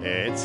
It's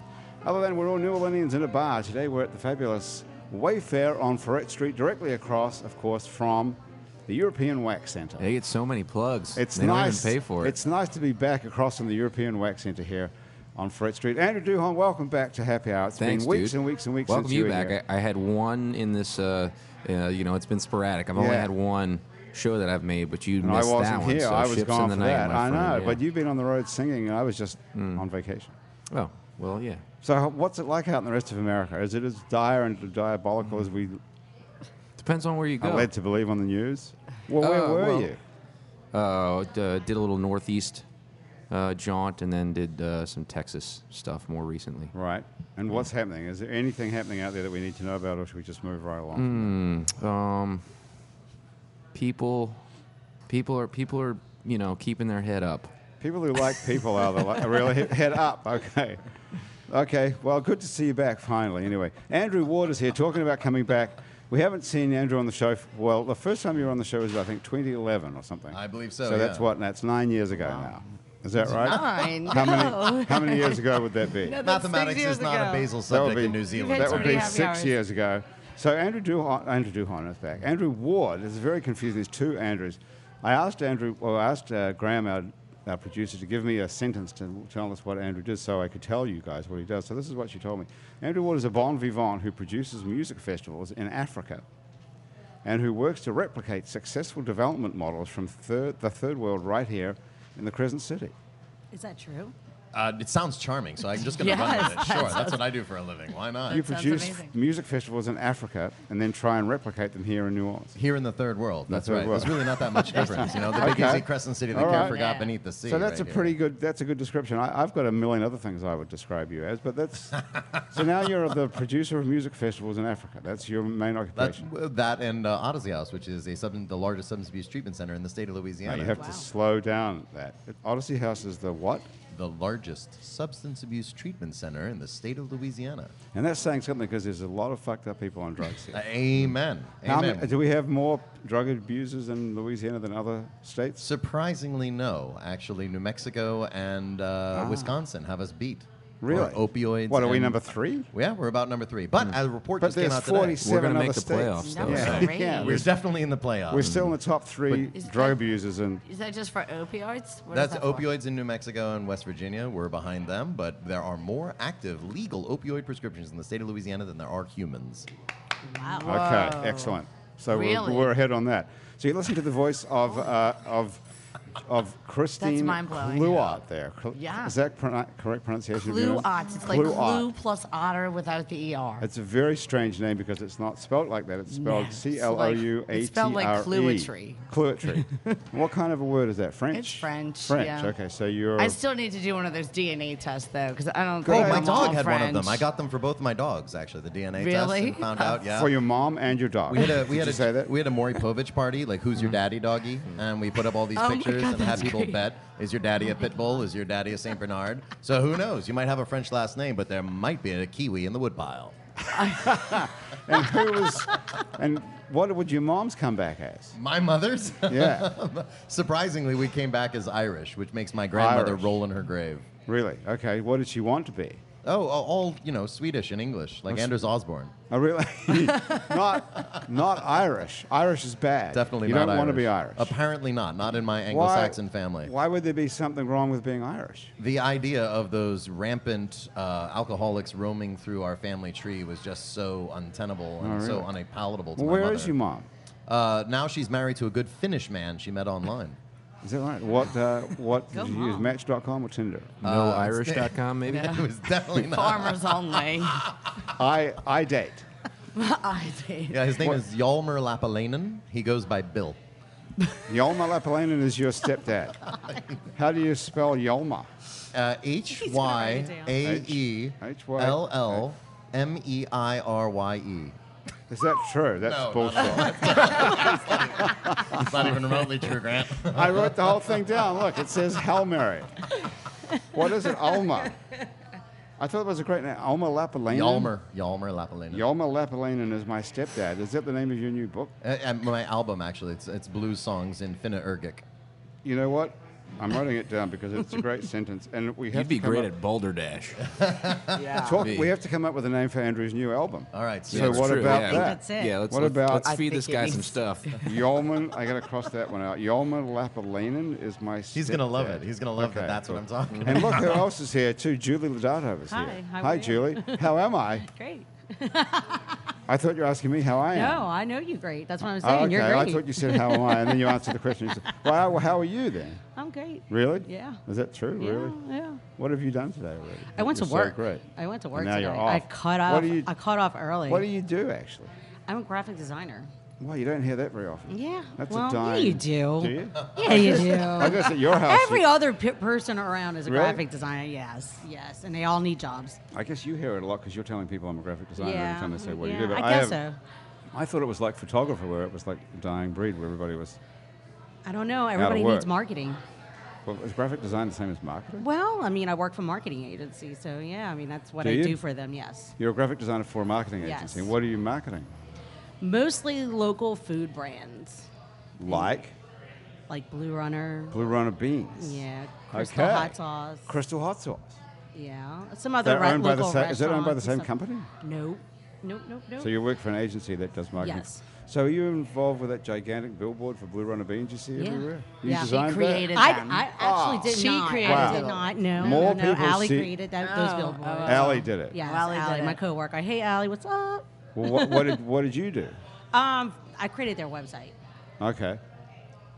Other than we're all New Orleanians in a bar, today we're at the fabulous Wayfair on Ferret Street, directly across, of course, from the European Wax Centre. They get so many plugs. It's they nice. don't even pay for it. It's nice to be back across from the European Wax Centre here on Ferret Street. Andrew Duhon, welcome back to Happy Hour. It's Thanks, been weeks dude. and weeks and weeks Welcome since you were back. here. I, I had one in this. Uh, uh, you know, it's been sporadic. I've only Yeah. had one show that I've made, but you And I missed wasn't that one. here. So I was ships gone in the for night, that. my I know, friend, but yeah. Hmm. you've been on the road singing, and I was just on vacation. Oh well, yeah. So, what's it like out in the rest of America? Is it as dire and diabolical as we Depends on where you are go. led to believe on the news? Well, where Uh, were well, you? Uh, d- uh, did a little northeast uh, jaunt, and then did uh, some Texas stuff more recently. Right. And what's happening? Is there anything happening out there that we need to know about, or should we just move right along? Um, people, people are people are you know keeping their head up. People who like people are the li- really he- head up. Okay. Okay. Well, good to see you back finally. Anyway, Andrew Ward is here talking about coming back. We haven't seen Andrew on the show. f well, the first time you were on the show was I think 2011 or something. I believe so, So that's yeah. what. That's nine years ago now. Is that right? Nine. How No. many? How many years ago would that be? No, that's Mathematics six years is not ago. a basal That would subject be in New Zealand. had That so would many be happy six hours. years ago. So Andrew Duhon, Andrew Duhon is back. Andrew Ward is very confusing. There's two Andrews. I asked Andrew, well, I asked uh, Graham, our, our producer, to give me a sentence to tell us what Andrew does, so I could tell you guys what he does. So this is what she told me. Andrew Ward is a bon vivant who produces music festivals in Africa. And who works to replicate successful development models from third, the third world right here in the Crescent City. Is that true? Uh, it sounds charming, so I'm just going to run with it. Yes, Sure, that that's what I do for a living. Why not? You sounds produce amazing. music festivals in Africa and then try and replicate them here in New Orleans. Here in the third world, that's third right. world. There's really not that much difference. You know, the big Okay. easy crescent city that All right. care forgot Yeah. beneath the sea. So that's right a here. pretty good. That's a good description. I, I've got a million other things I would describe you as, but that's. so now you're the producer of music festivals in Africa. That's your main That, occupation. that and uh, Odyssey House, which is a substance, the largest substance abuse treatment center in the state of Now Louisiana. you have Wow. to slow down. That Odyssey House is the what, the largest substance abuse treatment center in the state of Louisiana. Uh, and that's saying something because there's a lot of fucked up people on drugs here. Amen. How Amen. many- do we have more drug abusers in Louisiana than other states? Surprisingly, no. Actually, New Mexico and uh, Wisconsin have us beat. for Ah. Really? opioids. What are we and- number three? Yeah, we're about number three. But a report But just came there's out today. 47 We're gonna other make the playoffs, states. though, yeah, so. yeah. We're We're, definitely in the playoffs. we're still in the top three Is that- drug abusers in Is that just for opioids? What is That's that for? opioids in New Mexico and West Virginia. We're behind them, but there are more active legal opioid prescriptions in the state of Louisiana than there are humans. Wow. Okay, Whoa. excellent. So Really? we're, we're ahead on that. So you listen to the voice of uh, of of Christine mind-blowing. Kluot there. Cl- Yeah. Is that pronu- correct pronunciation? of your name? Cluots. It's like Kluot. clue plus otter without the er. It's a very strange name because it's not spelled like that. It's No, spelled it's C L O U A T R E. like- it's spelled like clouetry. Clouetry. what kind of a word is that? French. It's French, French. yeah. Okay, so you're. I still need to do one of those DNA tests though, because I don't. Good Oh, think my I'm all dog had one French. of them. I got them for both of my dogs, actually. The DNA test Really? and found out. Yeah. for your mom and your dog. we had a Did we had you a say that? Mm-hmm. we had a Maury Povich party, like who's your daddy, doggy, and we put up all these Oh my pictures God, and had that's people great. bet is your daddy a pit bull, is your daddy a Saint Bernard? So who knows? You might have a French last name, but there might be a kiwi in the woodpile. and who was? And what would your mom's come back as? My mother's. Yeah. Surprisingly, we came back as Irish, which makes my grandmother Irish. roll in her grave. Really? Okay. What did she want to be? Oh, oh, all you know, Swedish and English, like Anders Osborne. I Oh, really not not Irish. Irish is bad. Definitely you not don't Irish. want to be Irish. Apparently not. Not in my Anglo-Saxon family. Why would there be something wrong with being Irish? The idea of those rampant uh, alcoholics roaming through our family tree was just so untenable and Oh, so really? unapalatable to Well, my where mother. is your mom? Uh, now she's married to a good Finnish man she met online. Is that right? What uh, what Go did you use? mom. Match.com or Tinder? NoIrish.com maybe. it was definitely not. Farmers only. I I date. I see. Yeah, his name What- is Jalmar Lapalainen. He goes by Bill. Yolma Lapalainen is your stepdad. How do you spell Yolma? Uh, H He's gonna write Y it down. A E H- HY. L L M E I R Y E. Is that true? That's No, no, bullshit. It's not even remotely true, Grant. I wrote the whole thing down. Look, it says Hail Mary. What is it? Alma. I thought it was a great name. Alma Lapalainen. Yalmer, Yalmer Lapalena. Yolma Lapalainen is my stepdad. Is that the name of your new book? Uh, uh, my album actually, it's it's blues songs in Finno-Ugric. You know what? I'm writing it down because it's a great sentence, and we have You'd be to come great up, at Boulder Dash. Yeah. talk, me. We have to come up with a name for Andrew's new album. All right, So yeah, that's what true, about yeah. that? I think that's it. Yeah, let's, What let's, about- let's I feed think this it guy some needs- stuff. Yeoman, I gotta cross that one out. Yeoman Lapalainen is my. He's gonna love stepdad. it. He's gonna love Okay, that. That's cool. what I'm talking. about. And look who else is here too. Julie Lodato is Hi, here. how Hi, are you? Julie. How am I? Great. I thought you were asking me how I am. No, I know you great. That's what I'm saying. Oh, okay. You're great. I thought you said how am I, and then you answered the question. You said, well, how- how are you then? I'm great. Really? Yeah. Is that true? Really? Yeah, yeah. What have you done today already? I went You're to so work. great. I went to And work now today. You're I off. cut What off. do you? I cut off early. what do you do actually? I'm a graphic designer. Well, you don't hear that very often. Yeah. That's well, a yeah, dime. you do. Do you? Yeah, you I do. guess at your house. Every you- other p- person around is a Really? graphic designer. Yes, yes, and they all need jobs. I guess you hear it a lot because you're telling people I'm a graphic designer yeah. every time they say what yeah, you do. But I guess have- so. I thought it was like photographer, where it was like a dying breed, where everybody was. I don't know. Everybody work. needs marketing. Well, is graphic design the same as marketing? Well, I mean, I work for a marketing agency, so yeah, I mean, that's what Do I you? do for them. Yes, You're a graphic designer for a marketing Yes. agency. What are you marketing? mostly local food brands Like like Blue Runner. Blue Runner Beans. Yeah, Crystal Okay. Hot Sauce. Crystal Hot Sauce. yeah, some other They're re- owned by the local sa- is that owned by the restaurants same and stuff. company? Nope, nope, nope, nope. So you work for an agency that does marketing. Yes. So are you involved with that gigantic billboard for Blue Runner Beans you see Yeah. everywhere? You Yeah. She designed that? created I, them. I actually did She not. created I did them. not. No, Oh. More no, no. people Allie see- created that, those Oh, billboards. oh. Allie did it. Yes, Allie Allie, did my it. coworker. Hey, Allie, what's up? Well, what, what, did, what did you do? Um, I created their website. Okay.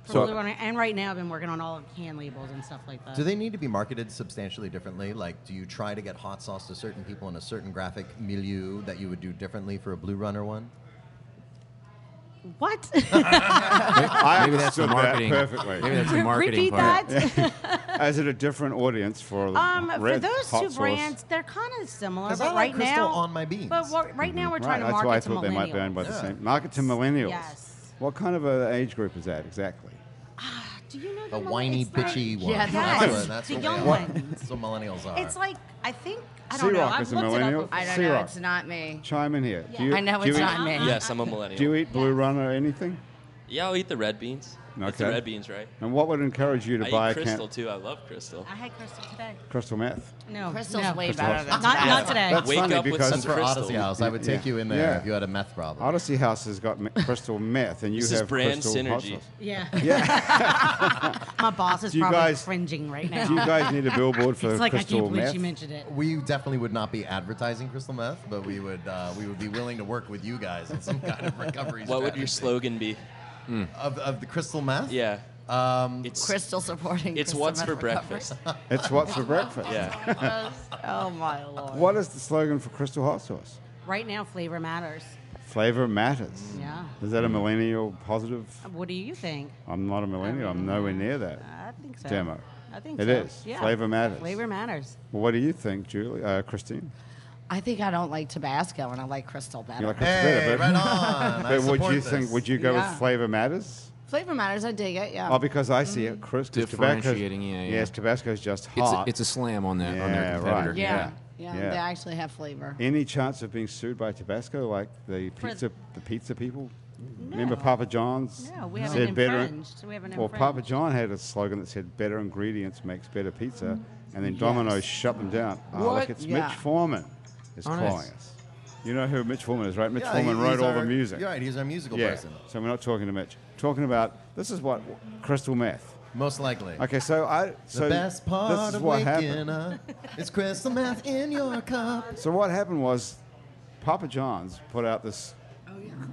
For So- Blue Runner, and right now I've been working on all of can labels and stuff like that. Do they need to be marketed substantially differently? Like, do you try to get hot sauce to certain people in a certain graphic milieu that you would do differently for a Blue Runner one? what? I Maybe that's the understood marketing. that perfectly. Maybe that's the marketing Repeat part. that. Is it a different audience for the Um, for red those hot two sauce? brands, they're kind of similar. 'Cause But I like right Crystal now, on my beans. But wha- right now we're Mm-hmm. Right, trying to that's market why I to thought they might be owned by millennials. the Yeah. same. Market to millennials. Yes. What kind of a age group is that exactly? Do you know The millenn- whiny, it's not- bitchy one. Yeah, that's yes, what, that's the what we young are. ones. That's what millennials are. It's like I think I don't know. C-Rock I've is a looked millennial. it up. I before. don't know. Xerox. It's not me. Chime in here. Do Yeah. you, I know do you it's eat, not me. Yes, I'm a Do millennial. you eat blue runner or anything? Yeah, I'll eat the red beans. It's the Okay. red beans, right? And what would encourage you to I buy eat a can crystal too. I love crystal. I had Crystal today. crystal meth? No, Crystal's no. way Crystal. better than Not not Tabasco. today. That's Wake funny up with because that's for Crystal. Odyssey House. I would take Yeah. you in there Yeah. if you had a meth problem. Odyssey House has got me- crystal meth, and you This is have brand crystal hot synergy. sauce. yeah. Yeah. My boss is Do you probably guys- cringing right now. Do you guys need a billboard for it's like I crystal can't believe meth? she mentioned it. We definitely would not be advertising crystal meth, but we would uh, we would be willing to work with you guys on some kind of recovery. What would your strategy. slogan be? of, of the crystal meth? Yeah. Um, It's Crystal supporting. it's Crystal what's Meth for Recovery. breakfast. It's what's for breakfast. yeah. oh my lord. What is the slogan for crystal hot sauce? Right now, flavor matters. Flavor matters. Yeah. Is that a millennial positive? What do you think? I'm not a millennial. I'm nowhere near that. I think so. Demo. I think It so. is. Yeah. Flavor matters. Flavor matters. Well, what do you think, Julie? Uh, Christine? I think I don't like Tabasco and I like Crystal better. You like crystal hey, better, right on. I But would support you this. think? Would you go Yeah. with flavor matters? Flavor matters. I dig it. Yeah. Oh, because I see it, Chris. 'cause Tabasco's- Differentiating, yeah, yeah. Yes, Tabasco's just It's a, hot. it's a slam on that on Yeah, their competitor. right. yeah. yeah, Yeah. yeah. They actually have flavor. Any chance of being sued by Tabasco, like the For- pizza, the pizza people? Remember Papa John's? No, we haven't said better. infringed. We haven't Well, Papa infringed. John had a slogan that said "Better ingredients makes better pizza," Mm. and then Domino's shut them down. Oh, look, What? it's Yeah. Mitch Foreman is Oh, calling nice. us. You know who Mitch Foreman is, right? Mitch Yeah, Foreman he- wrote he's all our- the music. You're right. He's our musical yeah. person. So we're not talking to Mitch. Talking about this is what crystal meth. Most likely. Okay, so I so the best this part is of what waking happened. up is crystal meth in your cup. So what happened was, Papa John's put out this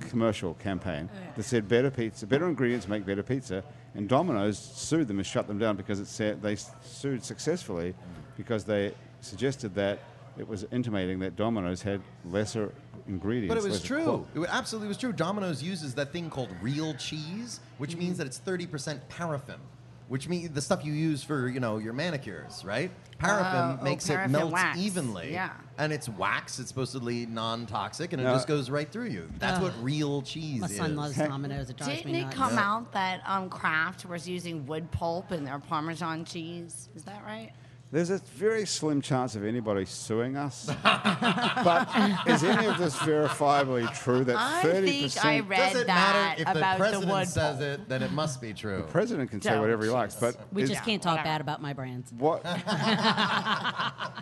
commercial campaign that said better pizza, better ingredients make better pizza, and Domino's sued them and shut them down because it said they s- sued successfully because they suggested that it was intimating that Domino's had lesser ingredients. But it was Less- true. It absolutely was true. Domino's uses that thing called real cheese, which Mm-hmm. means that it's 30% paraffin, which means the stuff you use for, you know, your manicures, right? Paraffin Oh, oh, makes paraffin it melt wax. evenly. Yeah. And it's wax. It's supposedly non-toxic, and it Yeah. just goes right through you. That's what real cheese My is. son loves Domino's. It drives Didn't me it nuts. come out that um, Kraft was using wood pulp in their Parmesan cheese? Is that right? There's a very slim chance of anybody suing us. but is any of this verifiably true that I 30%? think I read Does it that matter if the about president wood says pulp. it? Then it must be true. president can say No, whatever he likes, but We is- just can't talk bad about my brands. what?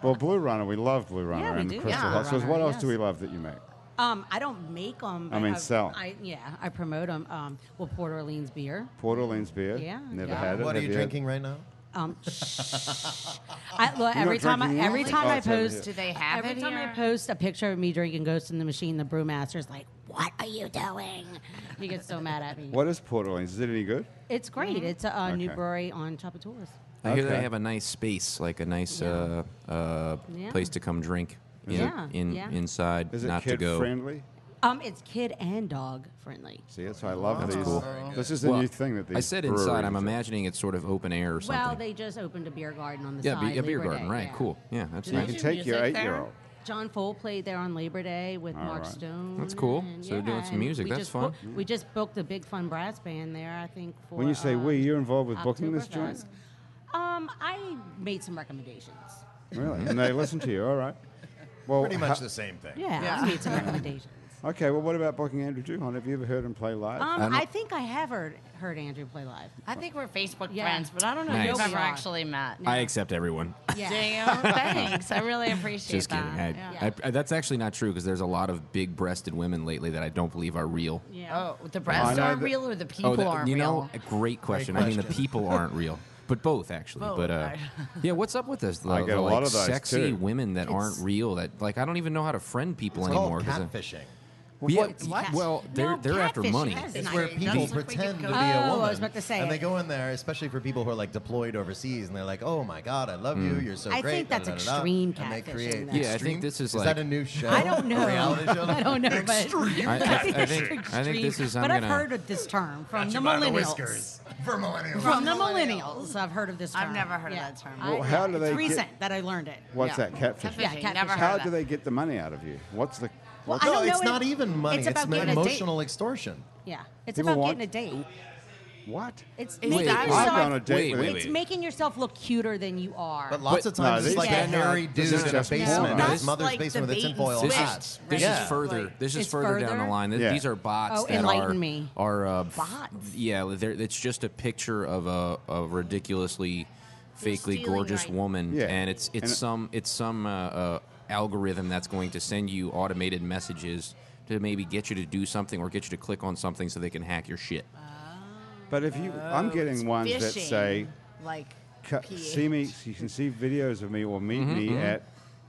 well, Blue Runner, we love Blue Runner Yeah, we and do. Crystal Yeah. Hot Sauce. Blue What Runner, else do we yes. love that you make? Um, I don't make them. I mean, sell. I, yeah, I promote them. Um, well, Port Orleans beer. Port Orleans beer. Yeah, Never yeah. had it. What are Have you had- drinking right now? Um, I, look, You're every not time, I, drinking every anything? time Oh, I it's over post, here. Do they have every it time here? I post a picture of me drinking Ghost in the Machine, the brewmaster's like, "What are you doing?" He gets so mad at me. What is Port Orleans? Is it any good? It's great. It's a, uh new Okay. brewery on Chapatoulas. I hear Okay. they have a nice space, like a nice uh, uh, Yeah. place to come drink. Is in, it- in Yeah. inside, Is it not to kid go. friendly? Um, it's kid and dog friendly. See, that's why I love these. cool. This is the Well, new thing that these. I said inside. breweries I'm do. imagining it's sort of open air or something. Well, they just opened a beer garden on the yeah, side. be, a beer Labor garden, Day, right? yeah. Cool. Yeah, that's Did You nice. can do take your music there? eight-year-old. John Fole played there on Labor Day with Mark right. Stone. That's cool. and So they're doing some and music. we That's just fun. booked- we just booked the Big Fun Brass Band there. I think. For, When you say um, we, you're involved with booking this joint? Oktoberfest. Um, I made some recommendations. Really? and they listen to you, all right. Well, Pretty much ha- the same thing. Yeah, I made some recommendations. Okay, well, what about booking Andrew Duhon? Have you ever heard him play live? Um, I'm- I think I have heard heard Andrew play live. I think we're Facebook Yeah. friends, but I don't know Nice. if we've We ever are. actually met. I accept everyone. Yeah. Damn, thanks. I really appreciate Just that. kidding. I, Yeah. I, I- that's actually not true because there's a lot of big-breasted women lately that I don't believe are real. Yeah. Oh, the I breasts know are that- real or the people Oh, that- aren't you know, real? a great question. I mean, the people aren't real, but both actually. But uh, yeah, what's up with this? The, I get a the, lot like, of those, sexy too. women that aren't real. That like I don't even know how to friend people It's anymore. called 'cause I- catfishing. Yeah, What- y- Well, they're No, they're after catfish, money. yes. It's Nice. where That's people where you pretend to go. be a Oh, I woman. was about to say And it. they go in there, especially for people who are like deployed overseas, and they're like, "Oh my God, I love you. You're so I great." think that's da-da-da-da-da. extreme And they catfishing, create though. Hmm. Yeah, I think Extreme? this is that like- a new show? I don't know. A reality show? I don't know, but I, I, I think I that's think, I think extreme, this is. I'm but gonna, I've heard of this term from the You buy the millennials. whiskers. For millennials. From the millennials, I've heard of this term. I've never heard of that term. I- Well, how do it's they get- recent that I learned it. What's Yeah. that, catfish? Catfishing, Yeah, catfishing. Never heard How of do that. they get the money out of you? What's the. Well, I no, don't know it's it- not even money. It's It's, about getting a date. emotional extortion. Yeah, it's People about want- getting a date. What? It's Wait, making I've I've yourself. gone on a date Wait, with wait, It's wait. making yourself look cuter than you are. But lots But- of times No, it's these like a guys- hairy this is dude in a just porn. basement in That's his mother's like basement with the a bait and tinfoil This switch. hat. is this Yeah. is further. Like- this is It's further, down further? the line. Th- Yeah. These are bots Oh, that are enlighten me. are uh, f- Bots? Yeah, they're, it's just a picture of a, a ridiculously, fakely stealing gorgeous my- woman, Yeah. and it's it's And- some it's some uh, uh, algorithm that's going to send you automated messages to maybe get you to do something or get you to click on something so they can hack your shit. But if you. Oh, I'm getting ones that Fishing, say, like, ca- pH. see me, you can see videos of me or meet me at.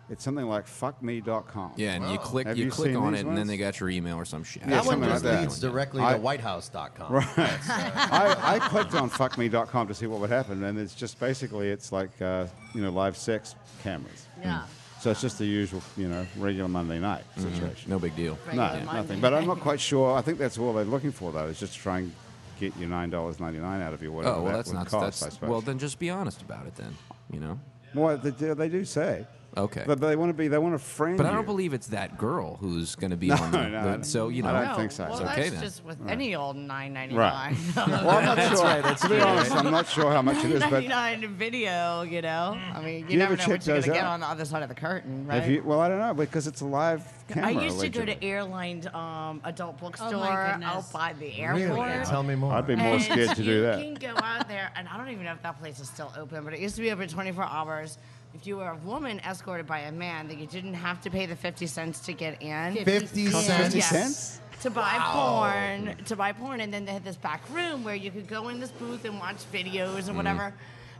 It's something like fuckme.com. Mm-hmm, Yeah, and you click Have you, you click seen on it, these and then ones? they got your email or some shit. Yeah, That one something just like that. leads directly I- to whitehouse.com. I, I clicked on fuckme.com to see what would happen, and it's just basically it's like uh, you know live sex cameras. Yeah. So it's just the usual, you know, regular Monday night situation. Mm-hmm. No big deal. No, Regular nothing. Monday. But I'm not quite sure. I think that's all they're looking for, though, is just to try and get you nine dollars ninety nine out of you, whatever Oh well, that that's would not cost. I that's suppose. well. Then just be honest about it. Then you know. well, they do, they do say. Okay. But they want to be. They want to friend. But I you. don't believe it's that girl who's going to be on the, no, the- no. So you know, I don't think so. Well, It's okay that's then. just with any old 9.99. Right. Well, I'm not sure. to be honest, I'm not sure how much it is. But 99 video, you know. I mean, you, You never ever know what check you're those gonna get out? on the other side of the curtain, right? if you, well, I don't know because it's a live camera. I used to go allegedly. to airline um, adult bookstore goodness. out by the airport. Really? Tell me more. I'd be more And scared to do You that. can go out there, and I don't even know if that place is still open, but it used to be open 24 hours. If you were a woman escorted by a man, that you didn't have to pay the 50 cents to get in. 50 Yeah. cents. Yes. cents? To buy porn, to buy porn, and then they had this back room where you could go in this booth and watch videos Mm. and whatever.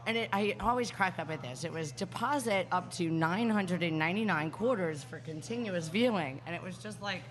And it, I always crack up at this. It was deposit up to 999 quarters for continuous viewing, and it was just like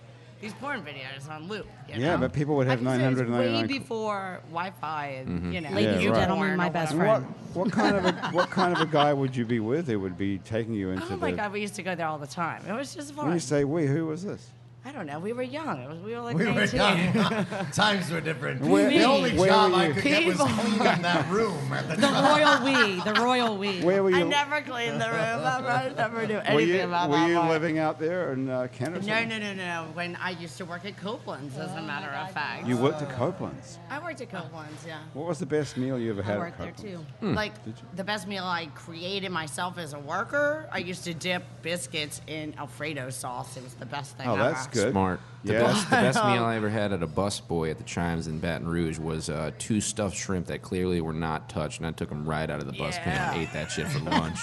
these porn videos on loop. you Yeah, know? but people would I have can say it's 999 Way before Wi-Fi and you know, Ladies Mm-hmm. Yeah, and right. gentlemen, my best friend. friend. What, what kind of a what kind of a guy would you be with? It would be taking you into Oh the. my God, we used to go there all the time. It was just fun. When you say we, who was this? I don't know. We were young. It was, we were like We were 19. young. Times were different. Where- the only where job were I you? could get was People. cleaning that room at the The royal we. The royal we. Where were you? I never cleaned the room. I never knew were anything you, about were that. you part. living out there in uh, Canada? No, no, no, no, no. When I used to work at Copeland's, as a matter of fact. You worked at Copeland's. I worked at Copeland's, yeah. What was the best meal you ever had I at worked there too. Copeland's? Like Did you? the best meal I created myself as a worker, I used to dip biscuits in Alfredo sauce. It was the best thing Oh, ever. that's good. Smart. The, Yeah. best, the best meal I ever had at a bus boy at the Chimes in Baton Rouge was uh, two stuffed shrimp that clearly were not touched, and I took them right out of the bus pan and Yeah. ate that shit for lunch.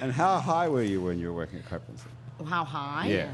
And how high were you when you were working at Copeland's? How high? Yeah.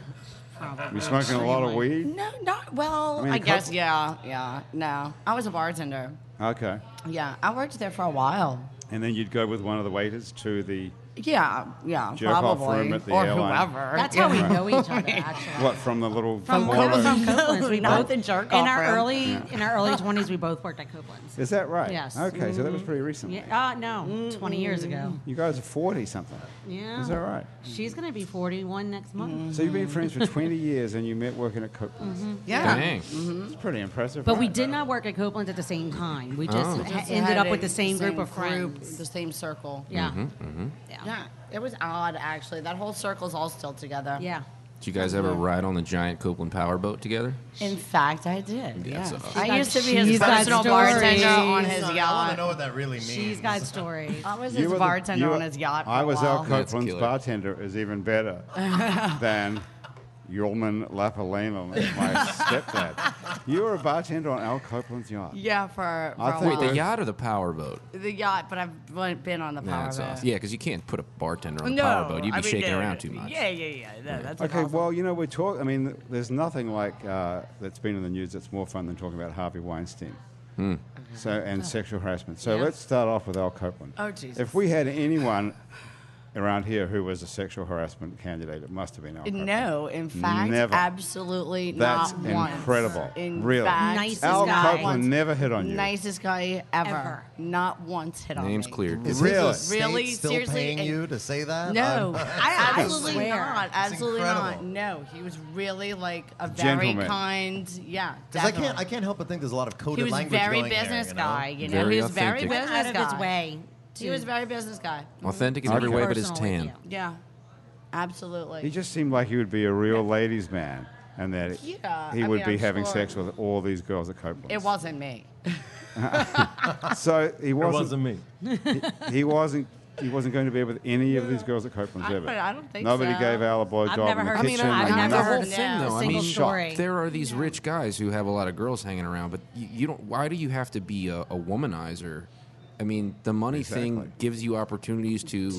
Probably. You smoking a lot of extremely- weed? No, not well. I I, mean, guess Copeland- yeah, yeah. No, I was a bartender. Okay. Yeah, I worked there for a while. And then you'd go with one of the waiters to the Yeah, yeah, Jerk off probably room at the or airline. whoever. That's yeah. how we know each other, actually. what from the little From, Waldo- Copeland's, from Copeland's, we Not both the jerk in off our room. early in our early twenties. We both worked at Copeland's. Is that right? Yes. Okay, so that was pretty recent. Yeah, uh, no, twenty years ago. You guys are forty something. Yeah. Is that right? Mm. She's gonna be forty-one next month. So you've been friends for twenty years and you met working at Copeland's. Yeah. Mm-hmm. Dang. It's pretty impressive. Mm-hmm. But right? we did not work at Copeland's at the same time. We just, Oh. ha- Just ended had up with it- the same, group of group, Mm-hmm, friends. the same circle. Yeah. Yeah, it was odd actually. That whole circle's all still together. Yeah. Did you guys ever ride on the giant Copeland powerboat together? In fact, I did. That's Yes. awesome. I got- used to be she's his got personal stories. bartender on his I want to know yacht. what that really means. She's got stories. I was You his were the- bartender you on were- his yacht. For I a was while. our That's Copeland's killer. bartender is even better than Yulman Lapalena, my stepdad. You were a bartender on Al Copeland's yacht. Yeah, for, for I a think while. Wait, the yacht or the powerboat? The yacht, but I've been on the Yeah, power that's boat. awesome. Yeah, because you can't put a bartender on the No, powerboat. You'd be I mean, shaking no, around too much. Yeah, yeah, yeah. No, That's Okay, impossible. well, you know, we're talking. I mean, th- there's nothing like uh, that's been in the news that's more fun than talking about Harvey Weinstein. So and sexual harassment. So Yeah. let's start off with Al Copeland. Oh, Jesus. If we had anyone around here who was a sexual harassment candidate, it must have been Al. Copeland. No, in fact, Never. absolutely That's not once. incredible. In Really. fact, Nicest Al guy. Copeland Once. never hit on you. nicest guy ever. Ever. Not once hit on Name's me. cleared. Is Really? his estate Really? still Seriously? paying And- you to say that? No, I'm- I, absolutely swear. not. It's Absolutely not. incredible. No, he was really like a very Gentleman. kind. Yeah, 'Cause I can't. I definitely. can't help but think there's a lot of He coded was language very going there, business you know? guy. You know, Very he was very authentic. business Went out of guy. his way. He was very business guy. Authentic in every Okay. way, but his Personal tan. with you. Yeah, absolutely. He just seemed like he would be a real ladies' man, and that Yeah, he I would mean, be I'm having sure. sex with all these girls at Copeland's. it wasn't me. So he It wasn't. wasn't me. He wasn't. He wasn't going to be with any of these girls at Copeland's I ever. don't- I don't think Nobody so. gave Al a I've blowjob never in the heard- I mean, kitchen. I've and never nothing. the whole heard thing, that. though. I Single mean, story. there are these rich guys who have a lot of girls hanging around, but you, you don't. Why do you have to be a, a womanizer? I mean, the money Exactly. thing gives you opportunities to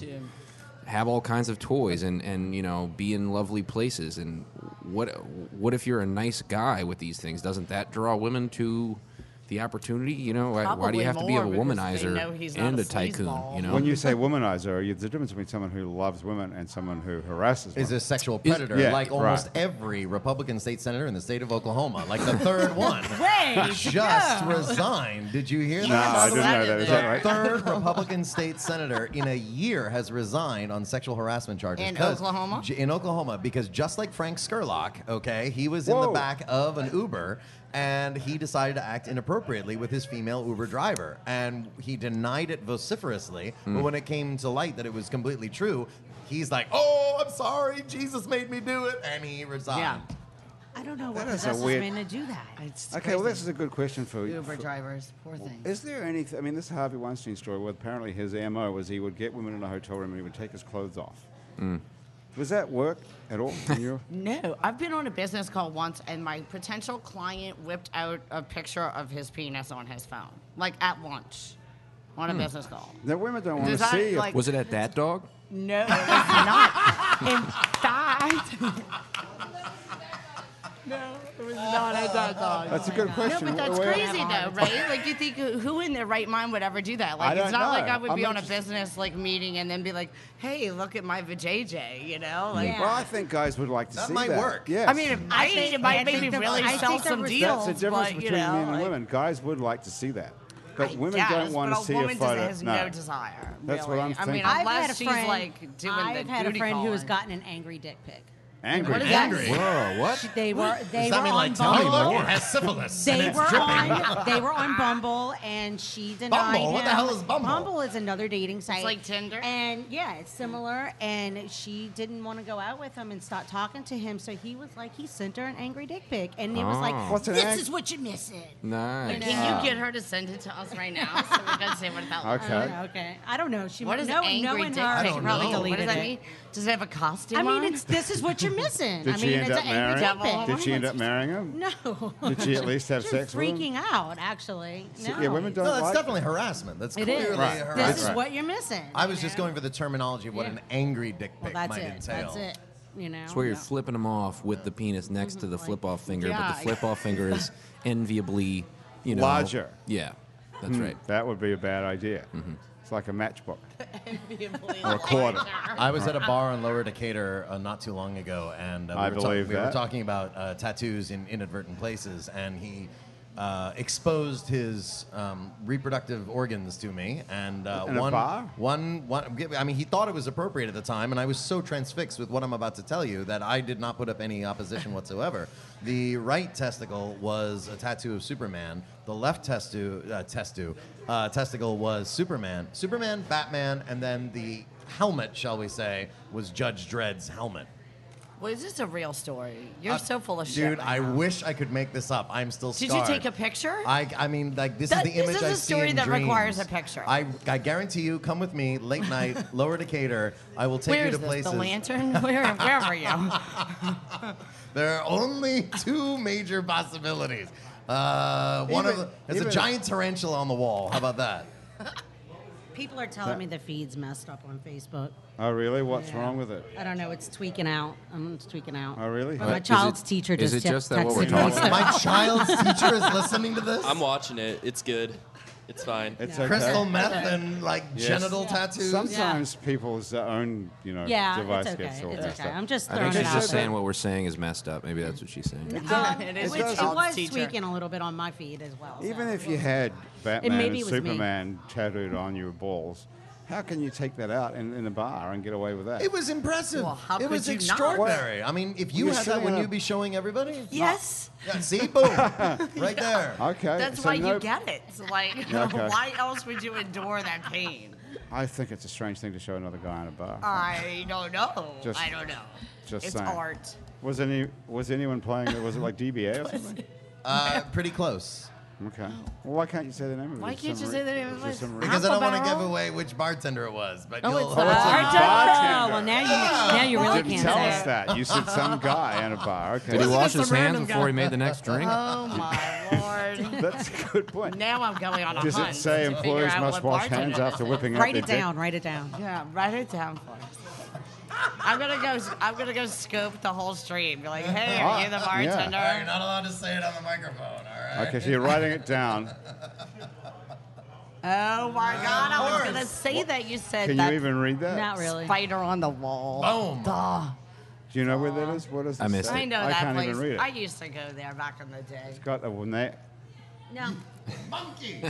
have all kinds of toys and, and you know be in lovely places. And what what if you're a nice guy with these things? Doesn't that draw women to the opportunity? You know, why, why do Probably you have to be a more because they know womanizer he's not and a a tycoon? sleazeball. You know, When you say womanizer, you, the difference between someone who loves women and someone who harasses Is women. a sexual predator, yeah, like right. almost every Republican state senator in the state of Oklahoma, like the third one. Wait, just resigned. Did you hear no, that? I didn't know celebrity that. Is there. that right? Third Republican state senator in a year has resigned on sexual harassment charges. In 'cause- Oklahoma? j- In Oklahoma, because just like Frank Skurlock, okay, he was in Whoa. the back of an Uber and he decided to act inappropriately with his female Uber driver. And he denied it vociferously, Hmm. but when it came to light that it was completely true, he's like, oh, I'm sorry, Jesus made me do it. And he resigned. Yeah. I don't know what That is a possesses weird- men to do that. It's Okay, well, this crazy. is a good question for you. Uber drivers, poor thing. Is there anything? I mean, this Harvey Weinstein story. Well, apparently his mo was he would get women in a hotel room and he would take his clothes off. Does that work at all? in your- No, I've been on a business call once, and my potential client whipped out a picture of his penis on his phone, like at lunch, on a Hmm. business call. That women don't want to Does that, see. like- was it at that dog? No, it was not. In fact, no, it was not at that time. That's a good No, question. but that's Where- crazy though, right? Like you think who in their right mind would ever do that? Like don't it's not know. like I would I'm be on a interested- business like meeting and then be like, "Hey, look at my vajayjay," you know? Like Yeah. Well, I think guys would like to That see might that. work. Yes. I mean, if I, think it might maybe really I sell think the some res- deals. That's the difference but, between you know, men and like, women. Guys would like to see that, but I women guess, don't want but to see a woman a photo. Just has no, desire. That's what really. I'm I mean, thinking. I've unless had a she's friend, like doing I've the had a booty friend who has calling. gotten an angry dick pic. Angry. What is that? Angry. Whoa, what? She- They were they Oh, Does were that mean on like tell me Bumble. more? It has syphilis. and They it's were dripping. on they were on Bumble and she denied Bumble? him. What the hell is Bumble? Bumble is another dating site. like Tinder? And yeah, it's similar. And she didn't want to go out with him and stopped talking to him. So he was like, he sent her an angry dick pic. And it was Oh. like, What's an this ang- is what you're missing. Nice. Can you get her to send it to us right now so we can see what that looks I Okay. don't know, okay. I don't know. She What is no, angry knowing dick? her, pic? she don't probably know. deleted What does that it. mean? Does it have a costume I mean, on? it's this is what you're missing. Did I she mean, end it's up an angry marrying? dick pic. Did she end up marrying him? No. Did she at least have She was sex with him? freaking out, actually. See, No. Yeah, women don't No, that's like definitely harassment. That's It clearly is. Right, right, This is right. harassment. what you're missing. I you was just know? going for the terminology of what Yeah. an angry dick pic Well, that's might it. entail. That's it. You know. It's where you're Oh, Yeah. flipping them off with the penis next to the flip off finger, but Yeah. the flip off finger is enviably, you know, Larger. Yeah, that's right. That would be a bad idea. It's like a matchbook or a quarter. I was at a bar in Lower Decatur uh, not too long ago, and uh, we, I were talk- believe we were that. talking about uh, tattoos in inadvertent places, and he uh, exposed his um, reproductive organs to me. And uh, In a one, bar? one- one- I mean, he thought it was appropriate at the time, and I was so transfixed with what I'm about to tell you that I did not put up any opposition whatsoever. The right testicle was a tattoo of Superman. The left testu, uh, testu, uh, testicle was Superman, Superman, Batman, and then the helmet, shall we say, was Judge Dredd's helmet. well, is this a real story? You're Uh, so full of shit. Dude, right I now. wish I could make this up. I'm still Did scarred. you take a picture? I, I mean, like this is That- the this image is I a see story in that dreams. requires a picture. I, I guarantee you, come with me late night, Lower Decatur. I will take Where you to is this? places. The lantern? Where, where were you? Um, There are only two major possibilities. Uh, one Even- of the, there's even- a giant tarantula on the wall. How about that? People are telling me the feed's messed up on Facebook. Oh, really? What's Yeah. wrong with it? I don't know. It's tweaking out. Um, it's tweaking out. Oh, really? But But my is child's it- teacher is just, it just that what we're texted talking me, so- about? My child's teacher is listening to this. I'm watching it. It's good. It's fine. It's okay. Crystal meth and like genital tattoos. Sometimes people's own, you know, Yeah, device it's okay. gets all It's messed okay. up. I'm just I throwing think it she's out just saying there. what we're saying is messed up. Maybe that's what she's saying. Um, it is Which a it child's was teacher. tweaking a little bit on my feed as well. so- Even if you had Batman maybe and it was me. Superman tattooed on your balls, how can you take that out in, in a bar and get away with that? It was impressive. Well, how it was could you not? extraordinary. I mean, if you You're had that, showing wouldn't a- you be showing everybody? Yes. Yeah, see, boom, right there. okay. That's so why no- you get it. It's Like, Okay. why else would you endure that pain? I think it's a strange thing to show another guy in a bar. I don't know. Just- I don't know. just Ah, it's saying. art. Was any was anyone playing? it? Was it like DBA or something? Uh, pretty close. Okay. Well, why can't you say the name of it? Oh. Why It's can't some you re- say the name of it's it? just some re- Because I don't want to Apple give barrel? away which bartender it was, but Oh, you'll. it's not. a I don't bartender. know. Well, now you, now you really You didn't can't tell say us it. that. You said some guy in a bar. Did he Okay. wash just his a hands random before he made the next drink? Oh my lord. That's a good point. Now I'm going on a Does hunt. it say to figure employees out must what wash bartender hands this after is. whipping up Write their it dick? down. Write it down. Yeah, write it down for us. I'm gonna go. I'm gonna go scope the whole stream. Be like, hey, are you the Ah, yeah. bartender? All right, you're not allowed to say it on the microphone, all right? Okay, so you're writing it down. Oh my God! I was gonna course. say that you said Can that you even read that? Not really. spider on the wall. Ah. Boom. Duh. Do you know where that is? What is it? I missed say? I know I that can't place. even read it. I used to go there back in the day. Got the one there. No. Monkey!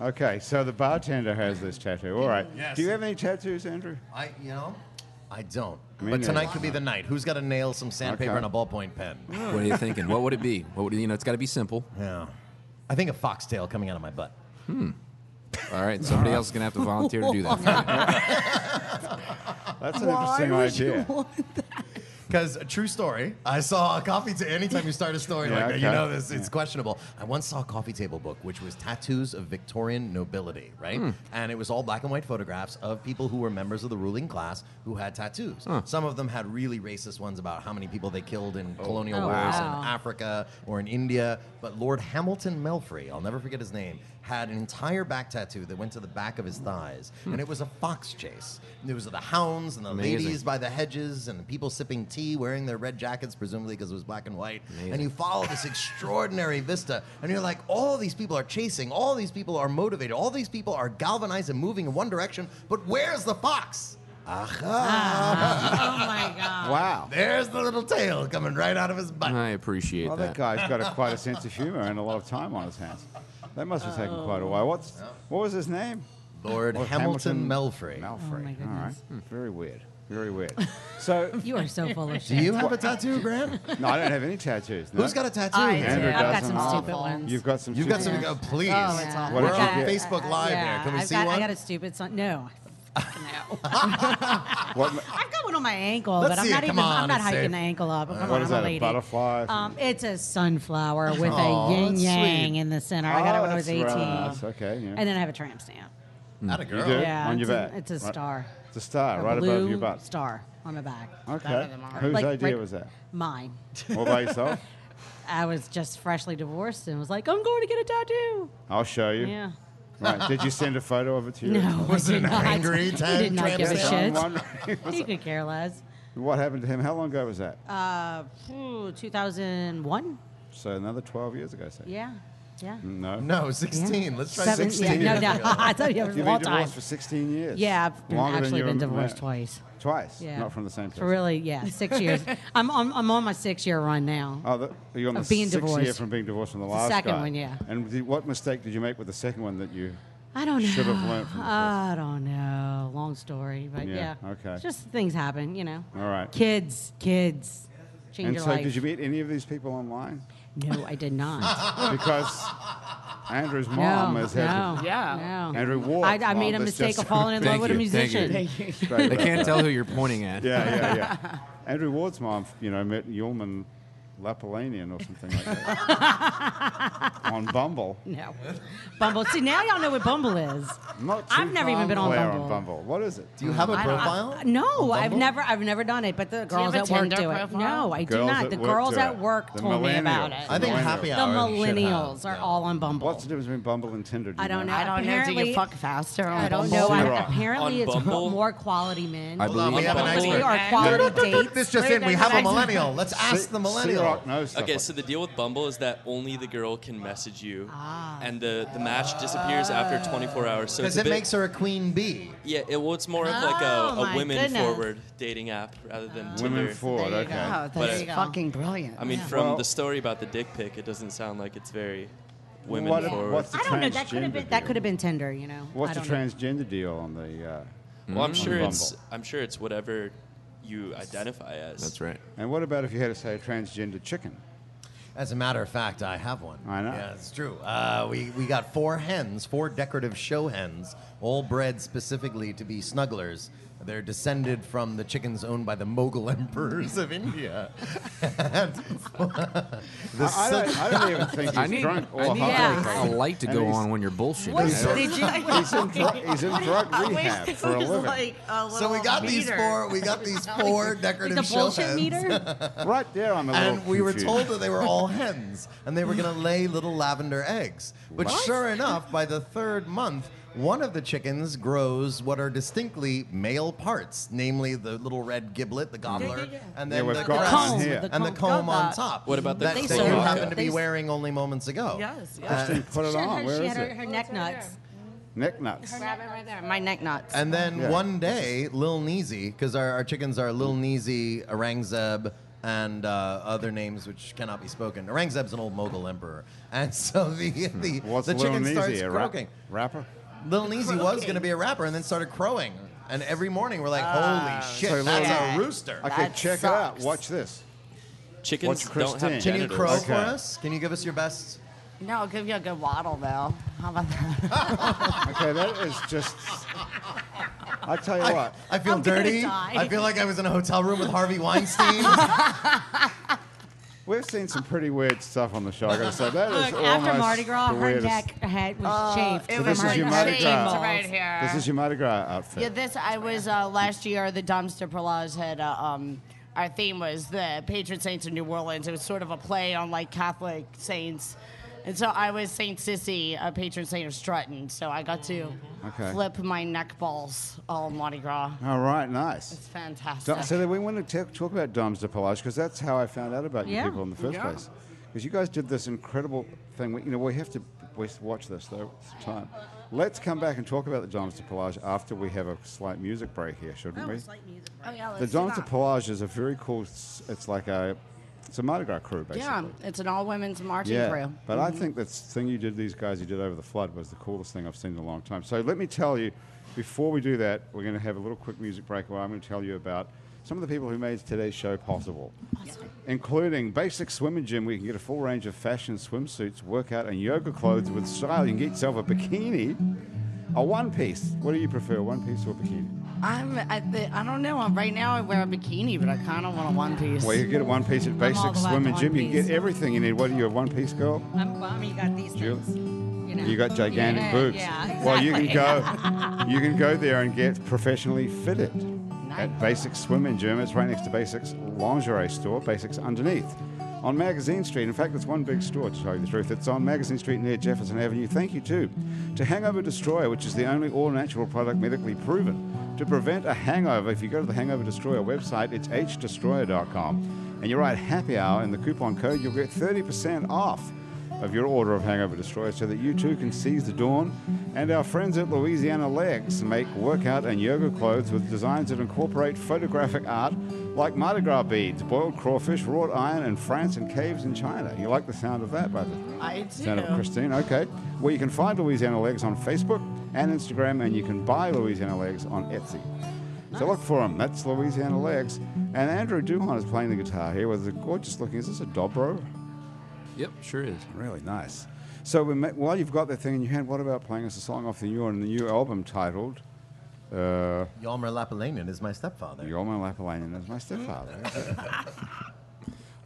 Okay, so the bartender has this tattoo. All right. Yes. Do you have any tattoos, Andrew? I, you know, I don't. Me but tonight neither. could be the night. Who's got to nail some sandpaper Okay. Mm. and a ballpoint pen? What are you thinking? What would it be? What would you know? It's got to be simple. Yeah. I think a foxtail coming out of my butt. All right, somebody else is gonna have to volunteer to do that. For me. That's an interesting idea. Because a true story, I saw a coffee table. Anytime you start a story Yeah, like that, you okay. know this, it's questionable. I once saw a coffee table book, which was tattoos of Victorian nobility, right? Hmm. And it was all black and white photographs of people who were members of the ruling class who had tattoos. Some of them had really racist ones about how many people they killed in colonial Oh, wars wow. in Africa or in India. But Lord Hamilton Melfrey, I'll never forget his name, had an entire back tattoo that went to the back of his thighs. And it was a fox chase. And It was the hounds and the Amazing. ladies by the hedges and the people sipping tea, wearing their red jackets, presumably because it was black and white. And you follow this extraordinary vista, and you're like, all these people are chasing, all these people are motivated, all these people are galvanized and moving in one direction, but where's the fox? Aha! Oh my God. Wow. There's the little tail coming right out of his butt. I appreciate Well, that that. guy's got a, quite a sense of humor and a lot of time on his hands. That must have taken quite a while. What's what was his name? Lord Well, Hamilton, Melfrey. Melfrey. Oh, my All right. Hmm. goodness. Very weird. Very weird. So, You are so full of Do shit. you have a tattoo, Grant? no, I don't have any tattoos. No? Who's got a tattoo? I do. here? Andrew I've got doesn't. some stupid Awful. ones. You've got some. You've got some. stupid- Uh, please. Oh, it's awful. What We're did on you get? Facebook Live yeah, here. Can we I've see got, one? I got a stupid son. No. What, I've got one on my ankle, Let's but I'm see not it. even. Come on, I'm not it's hiking safe. Uh, the ankle up. Come what on, is I'm that? a A lady. butterfly? Um, it's a sunflower with Aw, a yin that's yang sweet. in the center. I got Oh, it when I was that's 18. right. Okay, yeah. And then I have a tramp stamp. Not a you girl. do Yeah, on your it's back. A, it's a Right. star. It's a star A right blue above your butt. Star on my back. Okay. Better than mine. Whose Like, idea right- was that? Mine. All by yourself? I was just freshly divorced and was like, I'm going to get a tattoo. I'll show you. Yeah. Right. Did you send a photo of it to you? No, Was I it did an not. angry He time did not give tramp a Yes, I'm shit. wondering. He could care less. what happened to him? How long ago was that? Uh, phew, 2001. so another 12 years ago, so. Yeah, yeah. No. No, sixteen. Let's try Seven- sixteen. Yeah, no, no. I thought you it was a You've long been time. divorced for 16 years. Yeah, I've been, Longer than actually you been were divorced married. twice. Twice? Yeah. Not from the same person? For really, yeah, six years. I'm on, I'm on my six year run now. Oh, the, you're on the Of being sixth year divorced. from being divorced from the It's the last second guy. one, yeah. And did, what mistake did you make with the second one that you? I don't know. Should have learned from the first. I don't know. Long story, but Yeah, yeah. okay. Just things happen, you know. All right. Kids, kids, change and your so, life. did you meet any of these people online? no, I did not. Because Andrew's no, mom no, has had. Yeah. no. Andrew Ward. I, I made a Mom, let's mistake just- of falling in Thank love with a you, thank you. musician. to- Straight They about can't that. tell who you're pointing at. Yeah, yeah, yeah. Andrew Ward's mom, you know, met Yulman Lapalanian or something like that on Bumble. No, Bumble. See, now y'all know what Bumble is. I'm not I've too never even been on clear Bumble. What is it? Do you have a profile? No, I've Bumble? never, I've never done it. But the you have girls a at work Tinder do it. profile? No, I do Girls not. at The work girls do at it. work The told me about millennials. it. I think Millennials. happy the hour. should have, millennials are yeah. all on Bumble. What's the difference between Bumble and Tinder? do you I don't I know. don't know. Do Apparently- you fuck faster? on I don't Bumble? know. Bullshit. I, Right. apparently, On it's Bumble? more quality men. I believe we have an Bumble. They expert. are Yeah. quality This dates. just Wait, in, we have that's a what I- millennial. Let's ask the millennial. C-Rock knows stuff Okay, like so the deal with Bumble is that only the girl can message you, Ah. and the, the match disappears after 24 hours. So it's Because a it bit, makes her a queen bee. yeah, it, well, it's more of Oh, like a, my a women goodness. forward dating app rather than Tinder. Women forward, There you okay. Oh, But that's it- fucking brilliant. I mean, Yeah. from Well- the story about the dick pic, it doesn't sound like it's very women What- forward. what's the I don't know. That could transgender have been that deal? could have been Tinder. You know. I What's the don't know. transgender deal on the? Uh, well, I'm sure On it's Bumble. I'm sure it's whatever you identify as. That's right. and what about if you had to say a transgender chicken? As a matter of fact, I have one. I know. Yeah, it's true. Uh, we, we got four hens, four decorative show hens, all bred specifically to be snugglers. They're descended from the chickens owned by the Mughal emperors of India. And the I, sun- don't, I don't even think he's I need, drunk or I need hungover. a light to And go he's- on when you're bullshitting. What I don't- did you? He's in, dr- he's in drug I wish rehab there for a was, living. like, a so we little got these meter. four. We got these four decorative The show bullshit hens. meter. right there, I'm a little and we were confused. told that they were all hens and they were going to lay little lavender eggs. But sure enough, by the third month, one of the chickens grows what are distinctly male parts, namely the little red giblet, the gobbler, and then Yeah, we've the got crest one here. and the The comb. comb on Got that. top. What about the that, They that you sold- happened to they be s- wearing only moments ago? Yes. yes. Christine, put it She had on. her- Where she is had her, it? her neck nuts. Neck nuts. Grab it right there. My neck nuts. And then Yeah. one day, Lil Neasy, because our, our chickens are Lil Neasy, Arangzeb, and uh, other names which cannot be spoken. Arangzeb's an old Mughal emperor. And so the, the, Hmm. What's the Lil chicken Neasy, starts a rap- croaking. rapper? Lil Neasy was going to be a rapper and then started crowing. And every morning we're like, holy Ah. shit, So that's Lil- a rooster. Okay, That check it out. sucks. Watch this. What's Chickens don't Christine? have Can you genitals. crow for Okay. us? Can you give us your best? no, I'll give you a good waddle though. How about that? Okay, that is just. I tell you what. I feel I'm gonna dirty. die. I feel like I was in a hotel room with Harvey Weinstein. We've seen some pretty weird stuff on the show. I got to say that is Look, after almost Mardi Gras, the her weirdest. neck head was chafed. it from was her this is your neck Mardi and Gras. balls. right here. This is your Mardi Gras outfit. Yeah, this I was uh, last year. The dumpster Palaz had uh, um, our theme was the patron saints of New Orleans. It was sort of a play on like Catholic saints, and so I was Saint Sissy, a patron saint of Strutton. So I got to Okay. flip my neck balls all Mardi Gras. All right, nice. It's fantastic. So, so then we want to talk, talk about Dom's de Pelage because that's how I found out about you Yeah. people in the first place. Because you guys did this incredible thing. We, you know, we have to we have to watch this though. It's time. Let's come back and talk about the Dom's de Pelage after we have a slight music break here, shouldn't we? oh, yeah, the let's do Dom's de that. Pelage is a very cool. s- It's like a it's a Mardi Gras crew basically. Yeah, it's an all women's marching Yeah, crew. but I think that thing you did, these guys you did over the flood, was the coolest thing I've seen in a long time. So let me tell you, Before we do that, we're going to have a little quick music break where I'm going to tell you about some of the people who made today's show possible, including Basic Swim and Gym. We can get a full range of fashion swimsuits, workout, and yoga clothes with style. You can get yourself a bikini, a one piece. What do you prefer, one piece or bikini? I'm at the, I don't know. I'm, right now I wear a bikini, but I kind of want a one piece. Well, you can get a one piece at all Basic the way Swim to and Gym. You can one-piece. get everything you need. What are you, a one piece girl? I'm bummed you got these Jill? things. You, know. You got gigantic Yeah, boobs. Yeah, Well, you can exactly. go, you can go there and get professionally fitted at Basics Swim and Gym. It's right next to Basics Lingerie Store, Basics underneath, on Magazine Street. In fact, it's one big store to tell you the truth. It's on Magazine Street near Jefferson Avenue. Thank you too to Hangover Destroyer, which is the only all-natural product medically proven to prevent a hangover. If you go to the Hangover Destroyer website, it's hdestroyer.com, and you write Happy Hour in the coupon code, you'll get 30% off of your order of Hangover Destroyer so that you too can seize the dawn. And our friends at Louisiana Legs make workout and yoga clothes with designs that incorporate photographic art like Mardi Gras beads, boiled crawfish, wrought iron, and France and caves in China. You like the sound of that, by the I sound of do. Christine? Okay. Well, you can find Louisiana Legs on Facebook and Instagram, and you can buy Louisiana Legs on Etsy. So look for them. That's Louisiana Legs. And Andrew Duhon is playing the guitar here with a gorgeous looking, is this a Dobro? Yep, sure is. Really nice. So we ma- while you've got that thing in your hand, what about playing us a song off the new on the new album titled uh, Yalmer Lapalainen is my stepfather. "You're My Lapalanian Is My Stepfather"?